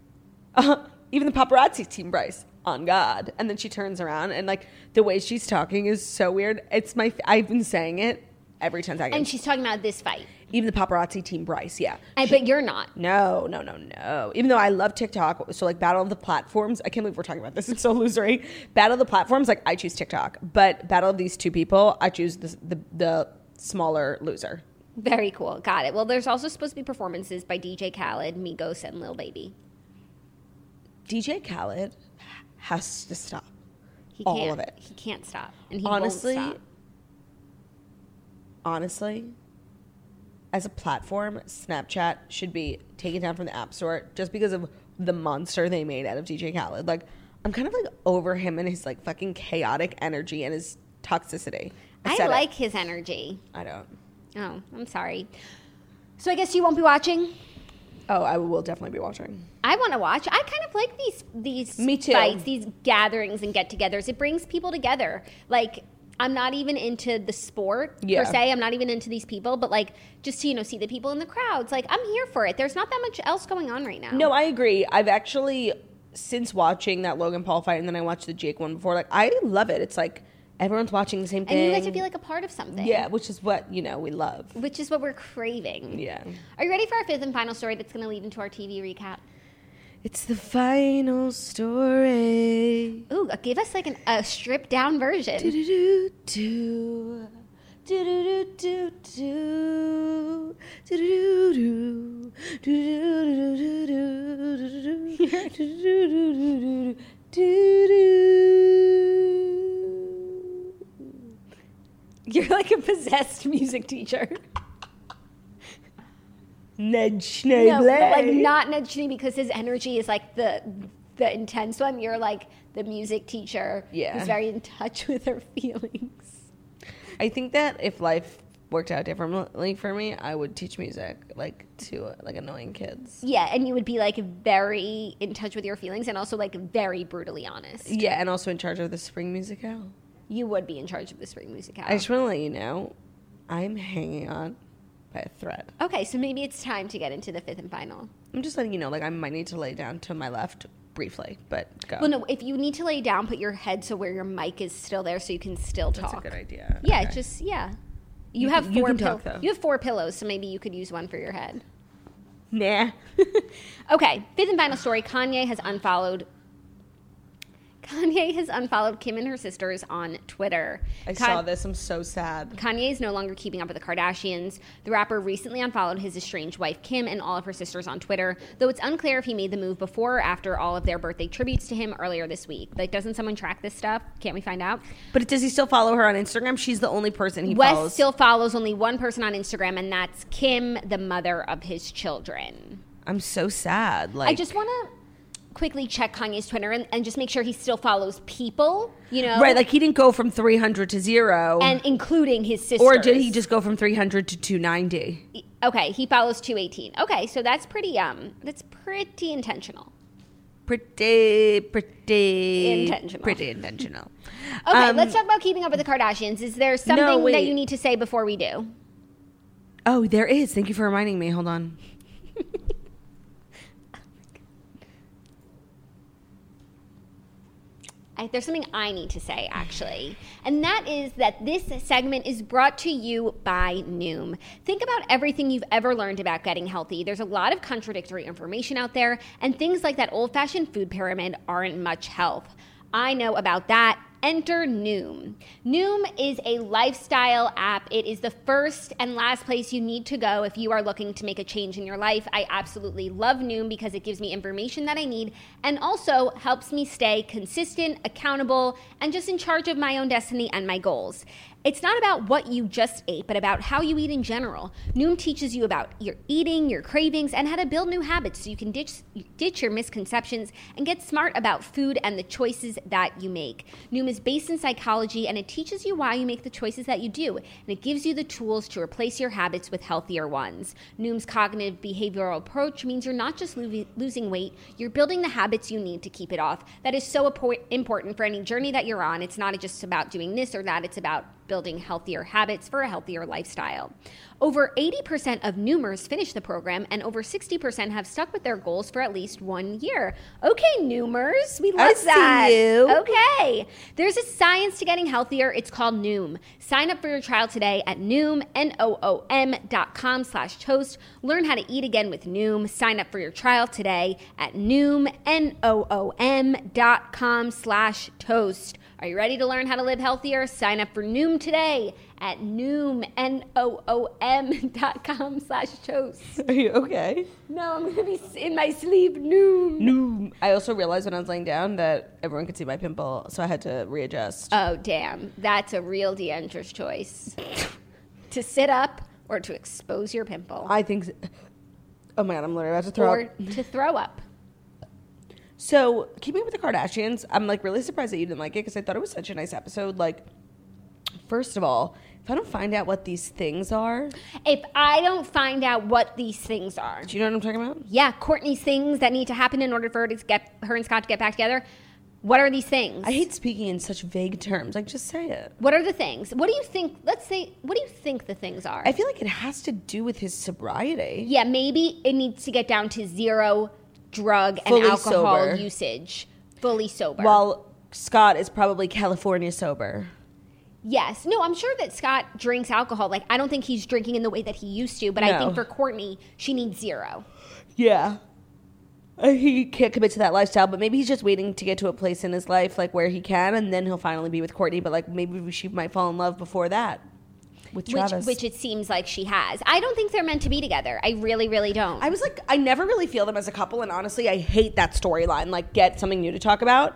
[SPEAKER 2] Uh, even the paparazzi team Bryce on God." And then she turns around and like the way she's talking is so weird. It's my. I've been saying it every ten seconds.
[SPEAKER 3] And she's talking about this fight.
[SPEAKER 2] even the paparazzi team Bryce. Yeah.
[SPEAKER 3] I, but you're not.
[SPEAKER 2] No, no, no, no. Even though I love TikTok, so like Battle of the Platforms, I can't believe we're talking about this. It's so losery. Battle of the Platforms, like I choose TikTok, but Battle of these two people, I choose the the, the smaller loser.
[SPEAKER 3] Very cool. Got it. Well, there's also supposed to be performances by DJ Khaled, Migos, and Lil Baby.
[SPEAKER 2] DJ Khaled has to stop.
[SPEAKER 3] He
[SPEAKER 2] All
[SPEAKER 3] can't,
[SPEAKER 2] of it.
[SPEAKER 3] He can't stop. And he
[SPEAKER 2] Honestly,
[SPEAKER 3] won't stop.
[SPEAKER 2] Honestly, as a platform, Snapchat should be taken down from the App Store just because of the monster they made out of DJ Khaled. Like, I'm kind of like over him and his like fucking chaotic energy and his toxicity.
[SPEAKER 3] I
[SPEAKER 2] said it.
[SPEAKER 3] like his energy.
[SPEAKER 2] I don't.
[SPEAKER 3] Oh, I'm sorry. So I guess you won't be watching.
[SPEAKER 2] Oh, I will definitely be watching.
[SPEAKER 3] I want to watch. I kind of like these these
[SPEAKER 2] Me too.
[SPEAKER 3] fights, these gatherings and get-togethers. It brings people together. Like I'm not even into the sport
[SPEAKER 2] Yeah.
[SPEAKER 3] per se. I'm not even into these people, but like just to you know see the people in the crowds. Like I'm here for it. There's not that much else going on right now.
[SPEAKER 2] No, I agree. I've actually since watching that Logan Paul fight and then I watched the Jake one before. Like, I love it. It's like everyone's watching the same
[SPEAKER 3] and
[SPEAKER 2] thing.
[SPEAKER 3] you guys would be like a part of something.
[SPEAKER 2] yeah, which is what you know we love.
[SPEAKER 3] Which is what we're craving.
[SPEAKER 2] Yeah.
[SPEAKER 3] Are you ready for our fifth and final story that's going to lead into our TV recap?
[SPEAKER 2] It's the final story.
[SPEAKER 3] Ooh, give us like an, a stripped down version.
[SPEAKER 2] Do-do-do-do. Do-do-do-do-do. Do-do-do-do. Do-do-do-do-do-do. Do-do-do-do-do-do. Do-do.
[SPEAKER 3] You're like a possessed music teacher.
[SPEAKER 2] Ned
[SPEAKER 3] No, but, like
[SPEAKER 2] Schneble.
[SPEAKER 3] not Ned Cheney because his energy is like the the intense one. You're like the music teacher
[SPEAKER 2] Yeah.
[SPEAKER 3] who's very in touch with her feelings.
[SPEAKER 2] I think that if life worked out differently for me, I would teach music like to uh, like annoying kids.
[SPEAKER 3] Yeah, and you would be like very in touch with your feelings and also like very brutally honest.
[SPEAKER 2] Yeah, and also in charge of the spring musicale.
[SPEAKER 3] You would be in charge of the spring music
[SPEAKER 2] I just want to let you know, I'm hanging on by a thread.
[SPEAKER 3] Okay, so maybe it's time to get into the fifth and final.
[SPEAKER 2] I'm just letting you know, like I might need to lay down to my left briefly, but go.
[SPEAKER 3] Well, no, if you need to lay down, put your head so where your mic is still there, so you can still
[SPEAKER 2] that's
[SPEAKER 3] talk.
[SPEAKER 2] a good idea.
[SPEAKER 3] Yeah,
[SPEAKER 2] Okay.
[SPEAKER 3] just yeah. You,
[SPEAKER 2] You
[SPEAKER 3] have
[SPEAKER 2] can-
[SPEAKER 3] four
[SPEAKER 2] you can
[SPEAKER 3] pill-
[SPEAKER 2] talk, though.
[SPEAKER 3] you have four pillows, so maybe you could use one for your head.
[SPEAKER 2] nah.
[SPEAKER 3] Okay, fifth and final story. Kanye has unfollowed. Kanye has unfollowed Kim and her sisters on Twitter.
[SPEAKER 2] I
[SPEAKER 3] Kan-
[SPEAKER 2] saw this. I'm so sad.
[SPEAKER 3] Kanye is no longer keeping up with the Kardashians. The rapper recently unfollowed his estranged wife Kim and all of her sisters on Twitter, though it's unclear if he made the move before or after all of their birthday tributes to him earlier this week. Like, doesn't someone track this stuff? Can't we find out?
[SPEAKER 2] But does he still follow her on Instagram? She's the only person he
[SPEAKER 3] West
[SPEAKER 2] follows.
[SPEAKER 3] still follows only one person on Instagram, and that's Kim, the mother of his children.
[SPEAKER 2] I'm so sad. Like
[SPEAKER 3] I just want to quickly check Kanye's Twitter and, and just make sure he still follows people, you know?
[SPEAKER 2] right, like he didn't go from 300 to zero,
[SPEAKER 3] and including his sisters.
[SPEAKER 2] or did he just go from 300 to 290?
[SPEAKER 3] Okay, he follows 218. Okay, so that's pretty um that's pretty intentional.
[SPEAKER 2] Pretty, pretty
[SPEAKER 3] Intentional.
[SPEAKER 2] Pretty intentional.
[SPEAKER 3] Okay,
[SPEAKER 2] Um,
[SPEAKER 3] let's talk about keeping up with the Kardashians. Is there something that
[SPEAKER 2] wait.
[SPEAKER 3] you need to say before we do?
[SPEAKER 2] Oh, there is. Thank you for reminding me. Hold on.
[SPEAKER 3] I, there's something I need to say, actually. And that is that this segment is brought to you by Noom. Think about everything you've ever learned about getting healthy. There's a lot of contradictory information out there, and things like that old fashioned food pyramid aren't much help. I know about that. Enter Noom. Noom is a lifestyle app. It is the first and last place you need to go if you are looking to make a change in your life. I absolutely love Noom because it gives me information that I need and also helps me stay consistent, accountable, and just in charge of my own destiny and my goals. It's not about what you just ate, but about how you eat in general. Noom teaches you about your eating, your cravings, and how to build new habits so you can ditch, ditch your misconceptions and get smart about food and the choices that you make. Noom is based in psychology and it teaches you why you make the choices that you do, and it gives you the tools to replace your habits with healthier ones. Noom's cognitive behavioral approach means you're not just lo- losing weight, you're building the habits you need to keep it off. That is so appo- important for any journey that you're on. It's not just about doing this or that, it's about building healthier habits for a healthier lifestyle. Over 80% of Noomers finish the program, and over 60% have stuck with their goals for at least one year. Okay, Noomers, we love
[SPEAKER 2] see
[SPEAKER 3] that.
[SPEAKER 2] you.
[SPEAKER 3] Okay. There's a science to getting healthier. It's called Noom. Sign up for your trial today at Noom, N-O-O-M dot com slash toast. Learn how to eat again with Noom. Sign up for your trial today at Noom, N-O-O-M dot com slash toast. Are you ready to learn how to live healthier? Sign up for Noom today at Noom, N-O-O-M dot com slash toast.
[SPEAKER 2] Are you okay?
[SPEAKER 3] No, I'm going to be in my sleep, Noom.
[SPEAKER 2] No. I also realized when I was laying down that everyone could see my pimple, so I had to readjust.
[SPEAKER 3] Oh, damn. That's a real Deandra's choice. to sit up or to expose your pimple.
[SPEAKER 2] I think. s- Oh my god, I'm literally about to throw
[SPEAKER 3] or
[SPEAKER 2] up.
[SPEAKER 3] to throw up.
[SPEAKER 2] So, keeping up with the Kardashians, I'm like really surprised that you didn't like it because I thought it was such a nice episode. Like, first of all, if I don't find out what these things are,
[SPEAKER 3] If I don't find out what these things are.
[SPEAKER 2] do you know what I'm talking about?
[SPEAKER 3] Yeah, Courtney's things that need to happen in order for her to get her and Scott to get back together. What are these things?
[SPEAKER 2] I hate speaking in such vague terms. Like, just say it.
[SPEAKER 3] What are the things? What do you think? Let's say, what do you think the things are?
[SPEAKER 2] I feel like it has to do with his sobriety.
[SPEAKER 3] yeah, maybe it needs to get down to zero drug and
[SPEAKER 2] Fully
[SPEAKER 3] alcohol
[SPEAKER 2] sober.
[SPEAKER 3] usage, fully sober.
[SPEAKER 2] While Scott is probably California sober.
[SPEAKER 3] yes, no, I'm sure that Scott drinks alcohol. Like, I don't think he's drinking in the way that he used to, but I
[SPEAKER 2] No.
[SPEAKER 3] think for Courtney, she needs zero.
[SPEAKER 2] Yeah. Uh, He can't commit to that lifestyle, but maybe he's just waiting to get to a place in his life like where he can, and then he'll finally be with Courtney. But like maybe she might fall in love before that with
[SPEAKER 3] Which,
[SPEAKER 2] Travis.
[SPEAKER 3] which it seems like she has. I don't think they're meant to be together. I really, really don't.
[SPEAKER 2] I was like, I never really feel them as a couple, and honestly, I hate that storyline. Like, get something new to talk about.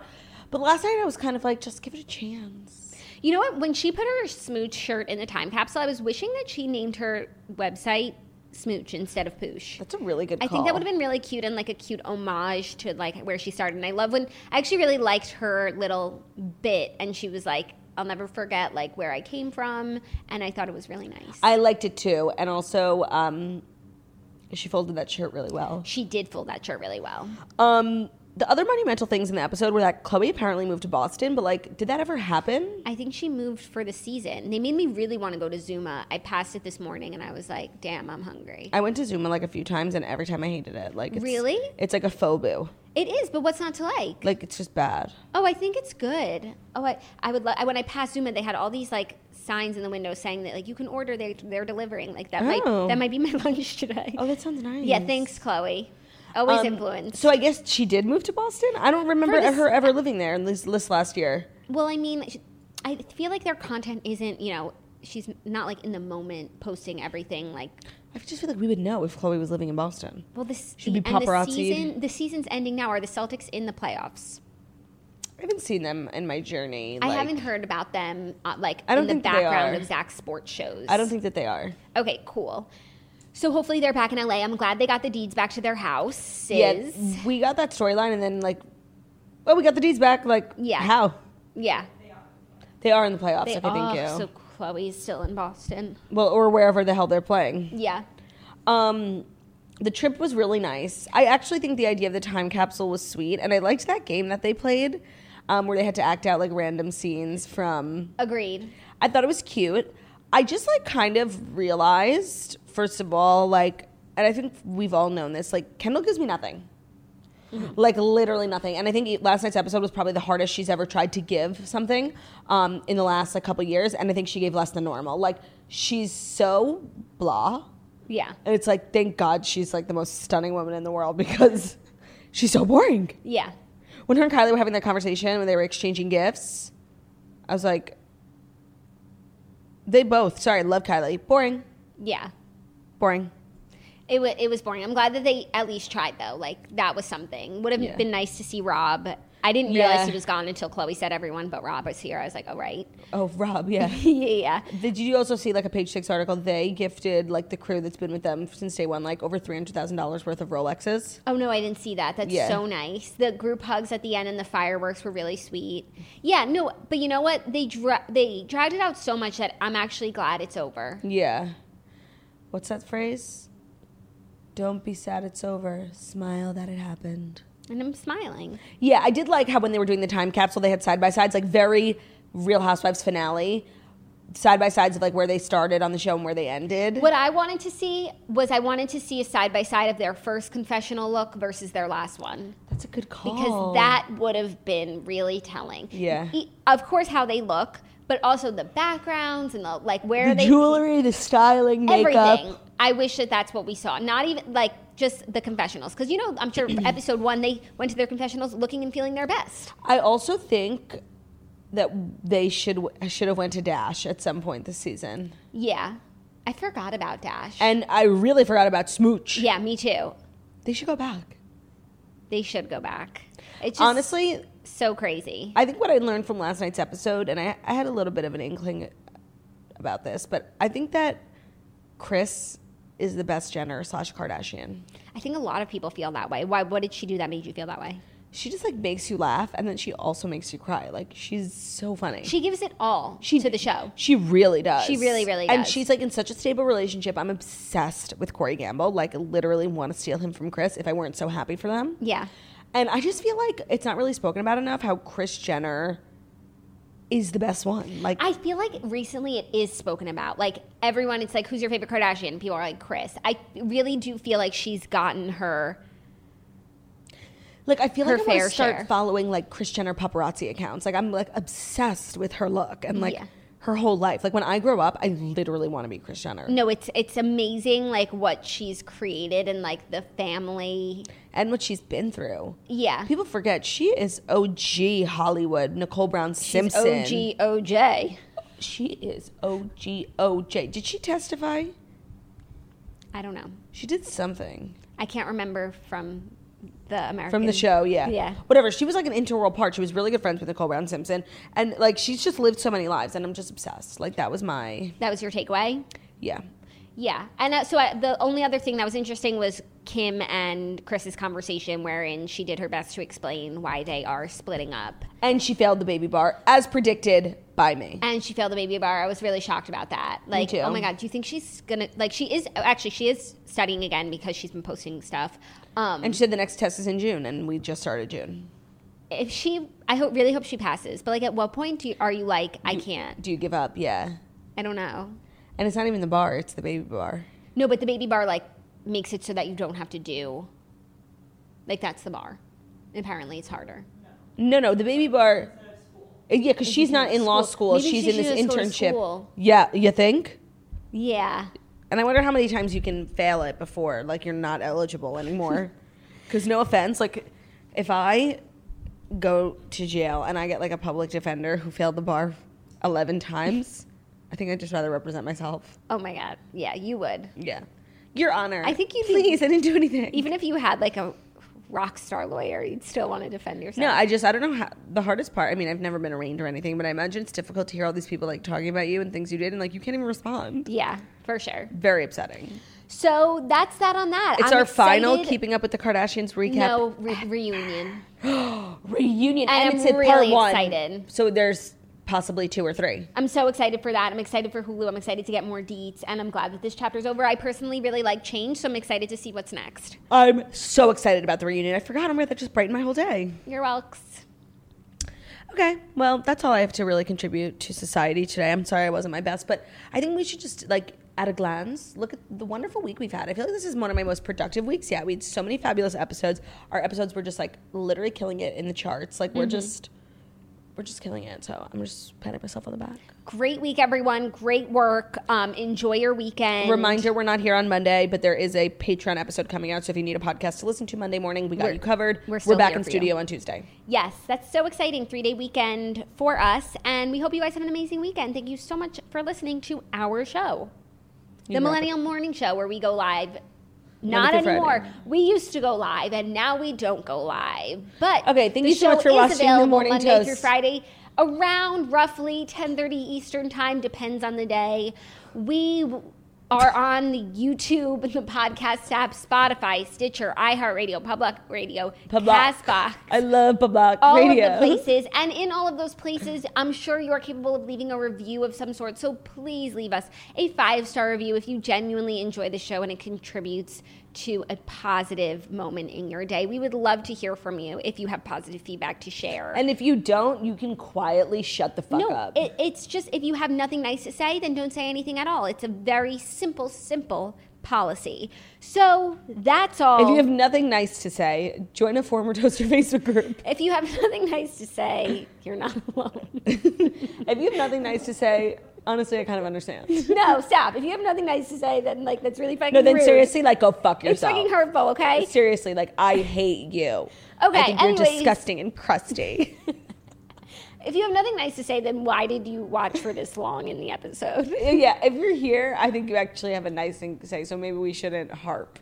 [SPEAKER 2] But last night, I was kind of like, just give it a chance.
[SPEAKER 3] You know what? When she put her smooch shirt in the time capsule, I was wishing that she named her website smooch instead of poosh.
[SPEAKER 2] That's a really good.
[SPEAKER 3] I
[SPEAKER 2] call.
[SPEAKER 3] think that would have been really cute and like a cute homage to like where she started. And I love when I actually really liked her little bit, and she was like, "I'll never forget like where I came from," and I thought it was really nice.
[SPEAKER 2] I liked it too, and also, um, she folded that shirt really well.
[SPEAKER 3] she did fold that shirt really well.
[SPEAKER 2] Um, the other monumental things in the episode were that Chloe apparently moved to Boston, but like, did that ever happen?
[SPEAKER 3] I think she moved for the season. They made me really want to go to Zuma. I passed it this morning, and I was like, "Damn, I'm hungry."
[SPEAKER 2] I went to Zuma like a few times, and every time I hated it. Like, it's,
[SPEAKER 3] Really?
[SPEAKER 2] it's like a phobu.
[SPEAKER 3] It is, but what's not to like?
[SPEAKER 2] Like, it's just bad.
[SPEAKER 3] Oh, I think it's good. Oh, I, I would love. When I passed Zuma, they had all these like signs in the window saying that like you can order. They they're delivering. Like that
[SPEAKER 2] Oh.
[SPEAKER 3] might that might be my lunch today.
[SPEAKER 2] Oh, that sounds nice.
[SPEAKER 3] yeah, thanks, Chloe. Always
[SPEAKER 2] Um,
[SPEAKER 3] influence.
[SPEAKER 2] So I guess she did move to Boston. I don't remember
[SPEAKER 3] this-
[SPEAKER 2] her ever living there in this list last year.
[SPEAKER 3] Well, I mean, sh- I feel like their content isn't. You know, she's not like in the moment posting everything. Like,
[SPEAKER 2] I just feel like we would know if Chloe was living in Boston.
[SPEAKER 3] well, this
[SPEAKER 2] Should be
[SPEAKER 3] and the
[SPEAKER 2] paparazzi'd.
[SPEAKER 3] season. The season's ending now. Are the Celtics in the playoffs?
[SPEAKER 2] I haven't seen them in my journey.
[SPEAKER 3] I
[SPEAKER 2] like-
[SPEAKER 3] haven't heard about them. Uh, like
[SPEAKER 2] I don't
[SPEAKER 3] in
[SPEAKER 2] think
[SPEAKER 3] the
[SPEAKER 2] they
[SPEAKER 3] background
[SPEAKER 2] are.
[SPEAKER 3] of Zach's sports shows.
[SPEAKER 2] I don't think that they are.
[SPEAKER 3] Okay, cool. So hopefully they're back in LA. I'm glad they got the deeds back to their house.
[SPEAKER 2] Yeah, we got that storyline, and then like, oh, we got the D's back. Like,
[SPEAKER 3] Yeah.
[SPEAKER 2] how
[SPEAKER 3] Yeah.
[SPEAKER 2] they are in the playoffs.
[SPEAKER 3] They
[SPEAKER 2] okay, thank
[SPEAKER 3] are.
[SPEAKER 2] you.
[SPEAKER 3] So Chloe's still in Boston.
[SPEAKER 2] well, or wherever the hell they're playing.
[SPEAKER 3] Yeah.
[SPEAKER 2] Um, the trip was really nice. I actually think the idea of the time capsule was sweet, and I liked that game that they played, um, where they had to act out like random scenes from
[SPEAKER 3] Agreed.
[SPEAKER 2] I thought it was cute. I just like kind of realized, first of all, like, and I think we've all known this, like, Kendall gives me nothing. Like, literally nothing. And I think last night's episode was probably the hardest she's ever tried to give something um, in the last like, couple years. And I think she gave less than normal. Like, she's so blah.
[SPEAKER 3] Yeah.
[SPEAKER 2] And it's like, thank God she's like the most stunning woman in the world because she's so boring
[SPEAKER 3] Yeah.
[SPEAKER 2] when her and Kylie were having that conversation when they were exchanging gifts, I was like, they both. Sorry, love Kylie. Boring,
[SPEAKER 3] Yeah.
[SPEAKER 2] boring.
[SPEAKER 3] It, wa it was boring. I'm glad that they at least tried though. Like that was something. Would have
[SPEAKER 2] Yeah.
[SPEAKER 3] been nice to see Rob. I didn't
[SPEAKER 2] Yeah.
[SPEAKER 3] realize he was gone until Chloe said everyone but Rob was here. I was like, oh right.
[SPEAKER 2] Oh, Rob, yeah.
[SPEAKER 3] yeah.
[SPEAKER 2] Did you also see like a page six article? They gifted like the crew that's been with them since day one, like over three hundred thousand dollars worth of Rolexes.
[SPEAKER 3] Oh no, I didn't see that. That's
[SPEAKER 2] Yeah.
[SPEAKER 3] so nice. The group hugs at the end and the fireworks were really sweet. Yeah, no, but you know what? They dra- they dragged it out so much that I'm actually glad it's over.
[SPEAKER 2] Yeah. What's that phrase? Don't be sad it's over. Smile that it happened.
[SPEAKER 3] And I'm smiling.
[SPEAKER 2] Yeah, I did like how when they were doing the time capsule, they had side by sides, like very Real Housewives finale, side by sides of like where they started on the show and where they ended.
[SPEAKER 3] What I wanted to see was I wanted to see a side by side of their first confessional look versus their last one
[SPEAKER 2] That's a good call.
[SPEAKER 3] because that would have been really telling.
[SPEAKER 2] Oh. Yeah.
[SPEAKER 3] E- of course how they look, but also the backgrounds and the like where
[SPEAKER 2] the
[SPEAKER 3] they
[SPEAKER 2] jewelry, the styling, makeup.
[SPEAKER 3] everything. I wish that that's what we saw. Not even like just the confessionals, because you know, I'm sure for episode one they went to their confessionals looking and feeling their best.
[SPEAKER 2] I also think that they should w- should have went to Dash at some point this season.
[SPEAKER 3] Yeah. I forgot about Dash.
[SPEAKER 2] And I really forgot about Smooch.
[SPEAKER 3] yeah, me too.
[SPEAKER 2] They should go back.
[SPEAKER 3] They should go back. It's just
[SPEAKER 2] Honestly,
[SPEAKER 3] so crazy.
[SPEAKER 2] I think what I learned from last night's episode, and I, I had a little bit of an inkling about this, but I think that Chris is the best Jenner slash Kardashian.
[SPEAKER 3] I think a lot of people feel that way. Why? What did she do that made you feel that way?
[SPEAKER 2] She just like makes you laugh, and then she also makes you cry. Like she's so funny.
[SPEAKER 3] She gives it all to the show.
[SPEAKER 2] She really does.
[SPEAKER 3] She really, really
[SPEAKER 2] And
[SPEAKER 3] does.
[SPEAKER 2] she's like in such a stable relationship. I'm obsessed with Corey Gamble. Like, literally want to steal him from Chris if I weren't so happy for them.
[SPEAKER 3] Yeah.
[SPEAKER 2] And I just feel like it's not really spoken about enough how Chris Jenner is the best one. Like,
[SPEAKER 3] I feel like recently it is spoken about. Like everyone, it's like, who's your favorite Kardashian? People are like, Chris. I really do feel like she's gotten her.
[SPEAKER 2] like I feel
[SPEAKER 3] her
[SPEAKER 2] like I want
[SPEAKER 3] fair
[SPEAKER 2] to start
[SPEAKER 3] share.
[SPEAKER 2] following like Chris Jenner paparazzi accounts. Like, I'm like obsessed with her look and like
[SPEAKER 3] Yeah.
[SPEAKER 2] her whole life. Like, when I grow up, I literally want to be Chris Jenner.
[SPEAKER 3] No, it's it's amazing, like what she's created and like the family.
[SPEAKER 2] And what she's been through.
[SPEAKER 3] Yeah,
[SPEAKER 2] People forget she is OG Hollywood, Nicole Brown
[SPEAKER 3] she's
[SPEAKER 2] Simpson.
[SPEAKER 3] OG OJ.
[SPEAKER 2] She is OGOJ. Did she testify?
[SPEAKER 3] I don't know.
[SPEAKER 2] She did something
[SPEAKER 3] I can't remember from the American
[SPEAKER 2] from the show, yeah.
[SPEAKER 3] yeah.
[SPEAKER 2] Whatever. She was like an interworld part. She was really good friends with Nicole Brown Simpson. And like she's just lived so many lives and I'm just obsessed. Like that was my
[SPEAKER 3] That was your takeaway.
[SPEAKER 2] yeah.
[SPEAKER 3] Yeah, and uh, so I, the only other thing that was interesting was Kim and Chris's conversation, wherein she did her best to explain why they are splitting up,
[SPEAKER 2] And she failed the baby bar as predicted by me.
[SPEAKER 3] and she failed the baby bar. I was really shocked about that. Like,
[SPEAKER 2] too.
[SPEAKER 3] oh my god, do you think she's gonna like? She is actually she is studying again because she's been posting stuff. Um,
[SPEAKER 2] And she said the next test is in June and we just started June.
[SPEAKER 3] if she, I hope really hope she passes. But like, at what point do you, are you like, I can't?
[SPEAKER 2] Do you give up? Yeah.
[SPEAKER 3] I don't know.
[SPEAKER 2] And it's not even the bar, it's the baby bar.
[SPEAKER 3] No, but the baby bar like makes it so that you don't have to do. Like that's the bar. Apparently, it's harder.
[SPEAKER 2] No, no, the baby bar. uh, Yeah, because she's not in law school.
[SPEAKER 3] school. Maybe
[SPEAKER 2] she's
[SPEAKER 3] she
[SPEAKER 2] in this
[SPEAKER 3] should just go to
[SPEAKER 2] internship.
[SPEAKER 3] school.
[SPEAKER 2] Yeah, you think?
[SPEAKER 3] Yeah.
[SPEAKER 2] And I wonder how many times you can fail it before, like you're not eligible anymore. Because no offense, like if I go to jail and I get like a public defender who failed the bar eleven times, I think I'd just rather represent myself.
[SPEAKER 3] Oh my god. Yeah, you would.
[SPEAKER 2] Yeah, Your Honor.
[SPEAKER 3] I think you'd be-
[SPEAKER 2] please. I didn't do anything.
[SPEAKER 3] Even if you had like a rock star lawyer, you'd still want to defend yourself.
[SPEAKER 2] no, I just I don't know how the hardest part. I mean, I've never been arraigned or anything, but I imagine it's difficult to hear all these people like talking about you and things you did, and like you can't even respond.
[SPEAKER 3] yeah, for sure.
[SPEAKER 2] Very upsetting.
[SPEAKER 3] So that's that on that.
[SPEAKER 2] It's
[SPEAKER 3] I'm
[SPEAKER 2] our final
[SPEAKER 3] excited-
[SPEAKER 2] Keeping Up with the Kardashians recap.
[SPEAKER 3] no re- reunion.
[SPEAKER 2] reunion
[SPEAKER 3] I
[SPEAKER 2] and,
[SPEAKER 3] am
[SPEAKER 2] it's at part
[SPEAKER 3] really
[SPEAKER 2] one.
[SPEAKER 3] excited.
[SPEAKER 2] So there's possibly two or three.
[SPEAKER 3] I'm so excited for that. I'm excited for Hulu. I'm excited to get more deets, and I'm glad that this chapter's over. I personally really like change, so I'm excited to see what's next.
[SPEAKER 2] I'm so excited about the reunion. I forgot I'm that just brightened my whole day.
[SPEAKER 3] You're welcome.
[SPEAKER 2] Okay, well that's all I have to really contribute to society today. I'm sorry I wasn't my best, but I think we should just like at a glance look at the wonderful week we've had. I feel like this is one of my most productive weeks yet. We had so many fabulous episodes. Our episodes were just like literally killing it in the charts. Like
[SPEAKER 3] Mm-hmm.
[SPEAKER 2] we're just we're just killing it. So I'm just patting myself on the back.
[SPEAKER 3] Great week, everyone. Great work. Um, enjoy your weekend.
[SPEAKER 2] Reminder, we're not here on Monday, but there is a Patreon episode coming out. So if you need a podcast to listen to Monday morning, we got you covered.
[SPEAKER 3] we're still
[SPEAKER 2] back
[SPEAKER 3] here
[SPEAKER 2] in
[SPEAKER 3] for
[SPEAKER 2] studio
[SPEAKER 3] you.
[SPEAKER 2] on Tuesday.
[SPEAKER 3] Yes, that's so exciting. Three day weekend for us. And we hope you guys have an amazing weekend. Thank you so much for listening to our show, the Millennial Morning Show, where we go live. Not
[SPEAKER 2] through Friday.
[SPEAKER 3] anymore. We used to go live, and now we don't go live. But
[SPEAKER 2] Okay, thank
[SPEAKER 3] the
[SPEAKER 2] you so much
[SPEAKER 3] show
[SPEAKER 2] for
[SPEAKER 3] is
[SPEAKER 2] watching The
[SPEAKER 3] available
[SPEAKER 2] Morning
[SPEAKER 3] Monday
[SPEAKER 2] Toast.
[SPEAKER 3] through Friday, around roughly ten thirty Eastern time, depends on the day. We w- are on the YouTube, the podcast app, Spotify, Stitcher, iHeartRadio, Public Radio,
[SPEAKER 2] Public.
[SPEAKER 3] Castbox
[SPEAKER 2] I love Babak
[SPEAKER 3] all
[SPEAKER 2] Radio.
[SPEAKER 3] of the places and in all of those places i'm sure you're capable of leaving a review of some sort so please leave us a five star review if you genuinely enjoy the show and it contributes to a positive moment in your day we would love to hear from you if you have positive feedback to share
[SPEAKER 2] And if you don't, you can quietly shut the fuck
[SPEAKER 3] no
[SPEAKER 2] up.
[SPEAKER 3] it, it's just if you have nothing nice to say then don't say anything at all it's a very simple simple policy so that's all
[SPEAKER 2] if you have nothing nice to say, join a former Toaster Facebook group.
[SPEAKER 3] if you have nothing nice to say you're not alone
[SPEAKER 2] If you have nothing nice to say, honestly, I kind of understand.
[SPEAKER 3] No, stop. If you have nothing nice to say, then like that's really fucking.
[SPEAKER 2] No, then
[SPEAKER 3] rude.
[SPEAKER 2] seriously, like go fuck
[SPEAKER 3] it's
[SPEAKER 2] yourself.
[SPEAKER 3] fucking hurtful. Okay.
[SPEAKER 2] Seriously, like I hate you.
[SPEAKER 3] Okay,
[SPEAKER 2] I think you're
[SPEAKER 3] anyways.
[SPEAKER 2] disgusting and crusty.
[SPEAKER 3] If you have nothing nice to say, then why did you watch for this long in the episode?
[SPEAKER 2] Yeah, if you're here, I think you actually have a nice thing to say, so maybe we shouldn't harp.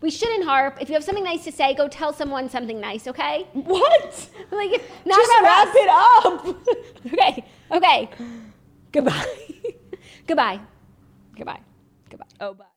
[SPEAKER 3] We shouldn't harp. If you have something nice to say, go tell someone something nice, okay?
[SPEAKER 2] What?
[SPEAKER 3] Like, if, not
[SPEAKER 2] Just
[SPEAKER 3] about
[SPEAKER 2] wrap
[SPEAKER 3] us.
[SPEAKER 2] it up.
[SPEAKER 3] Okay, okay. Goodbye. Goodbye. Goodbye. Goodbye.
[SPEAKER 2] oh, bye.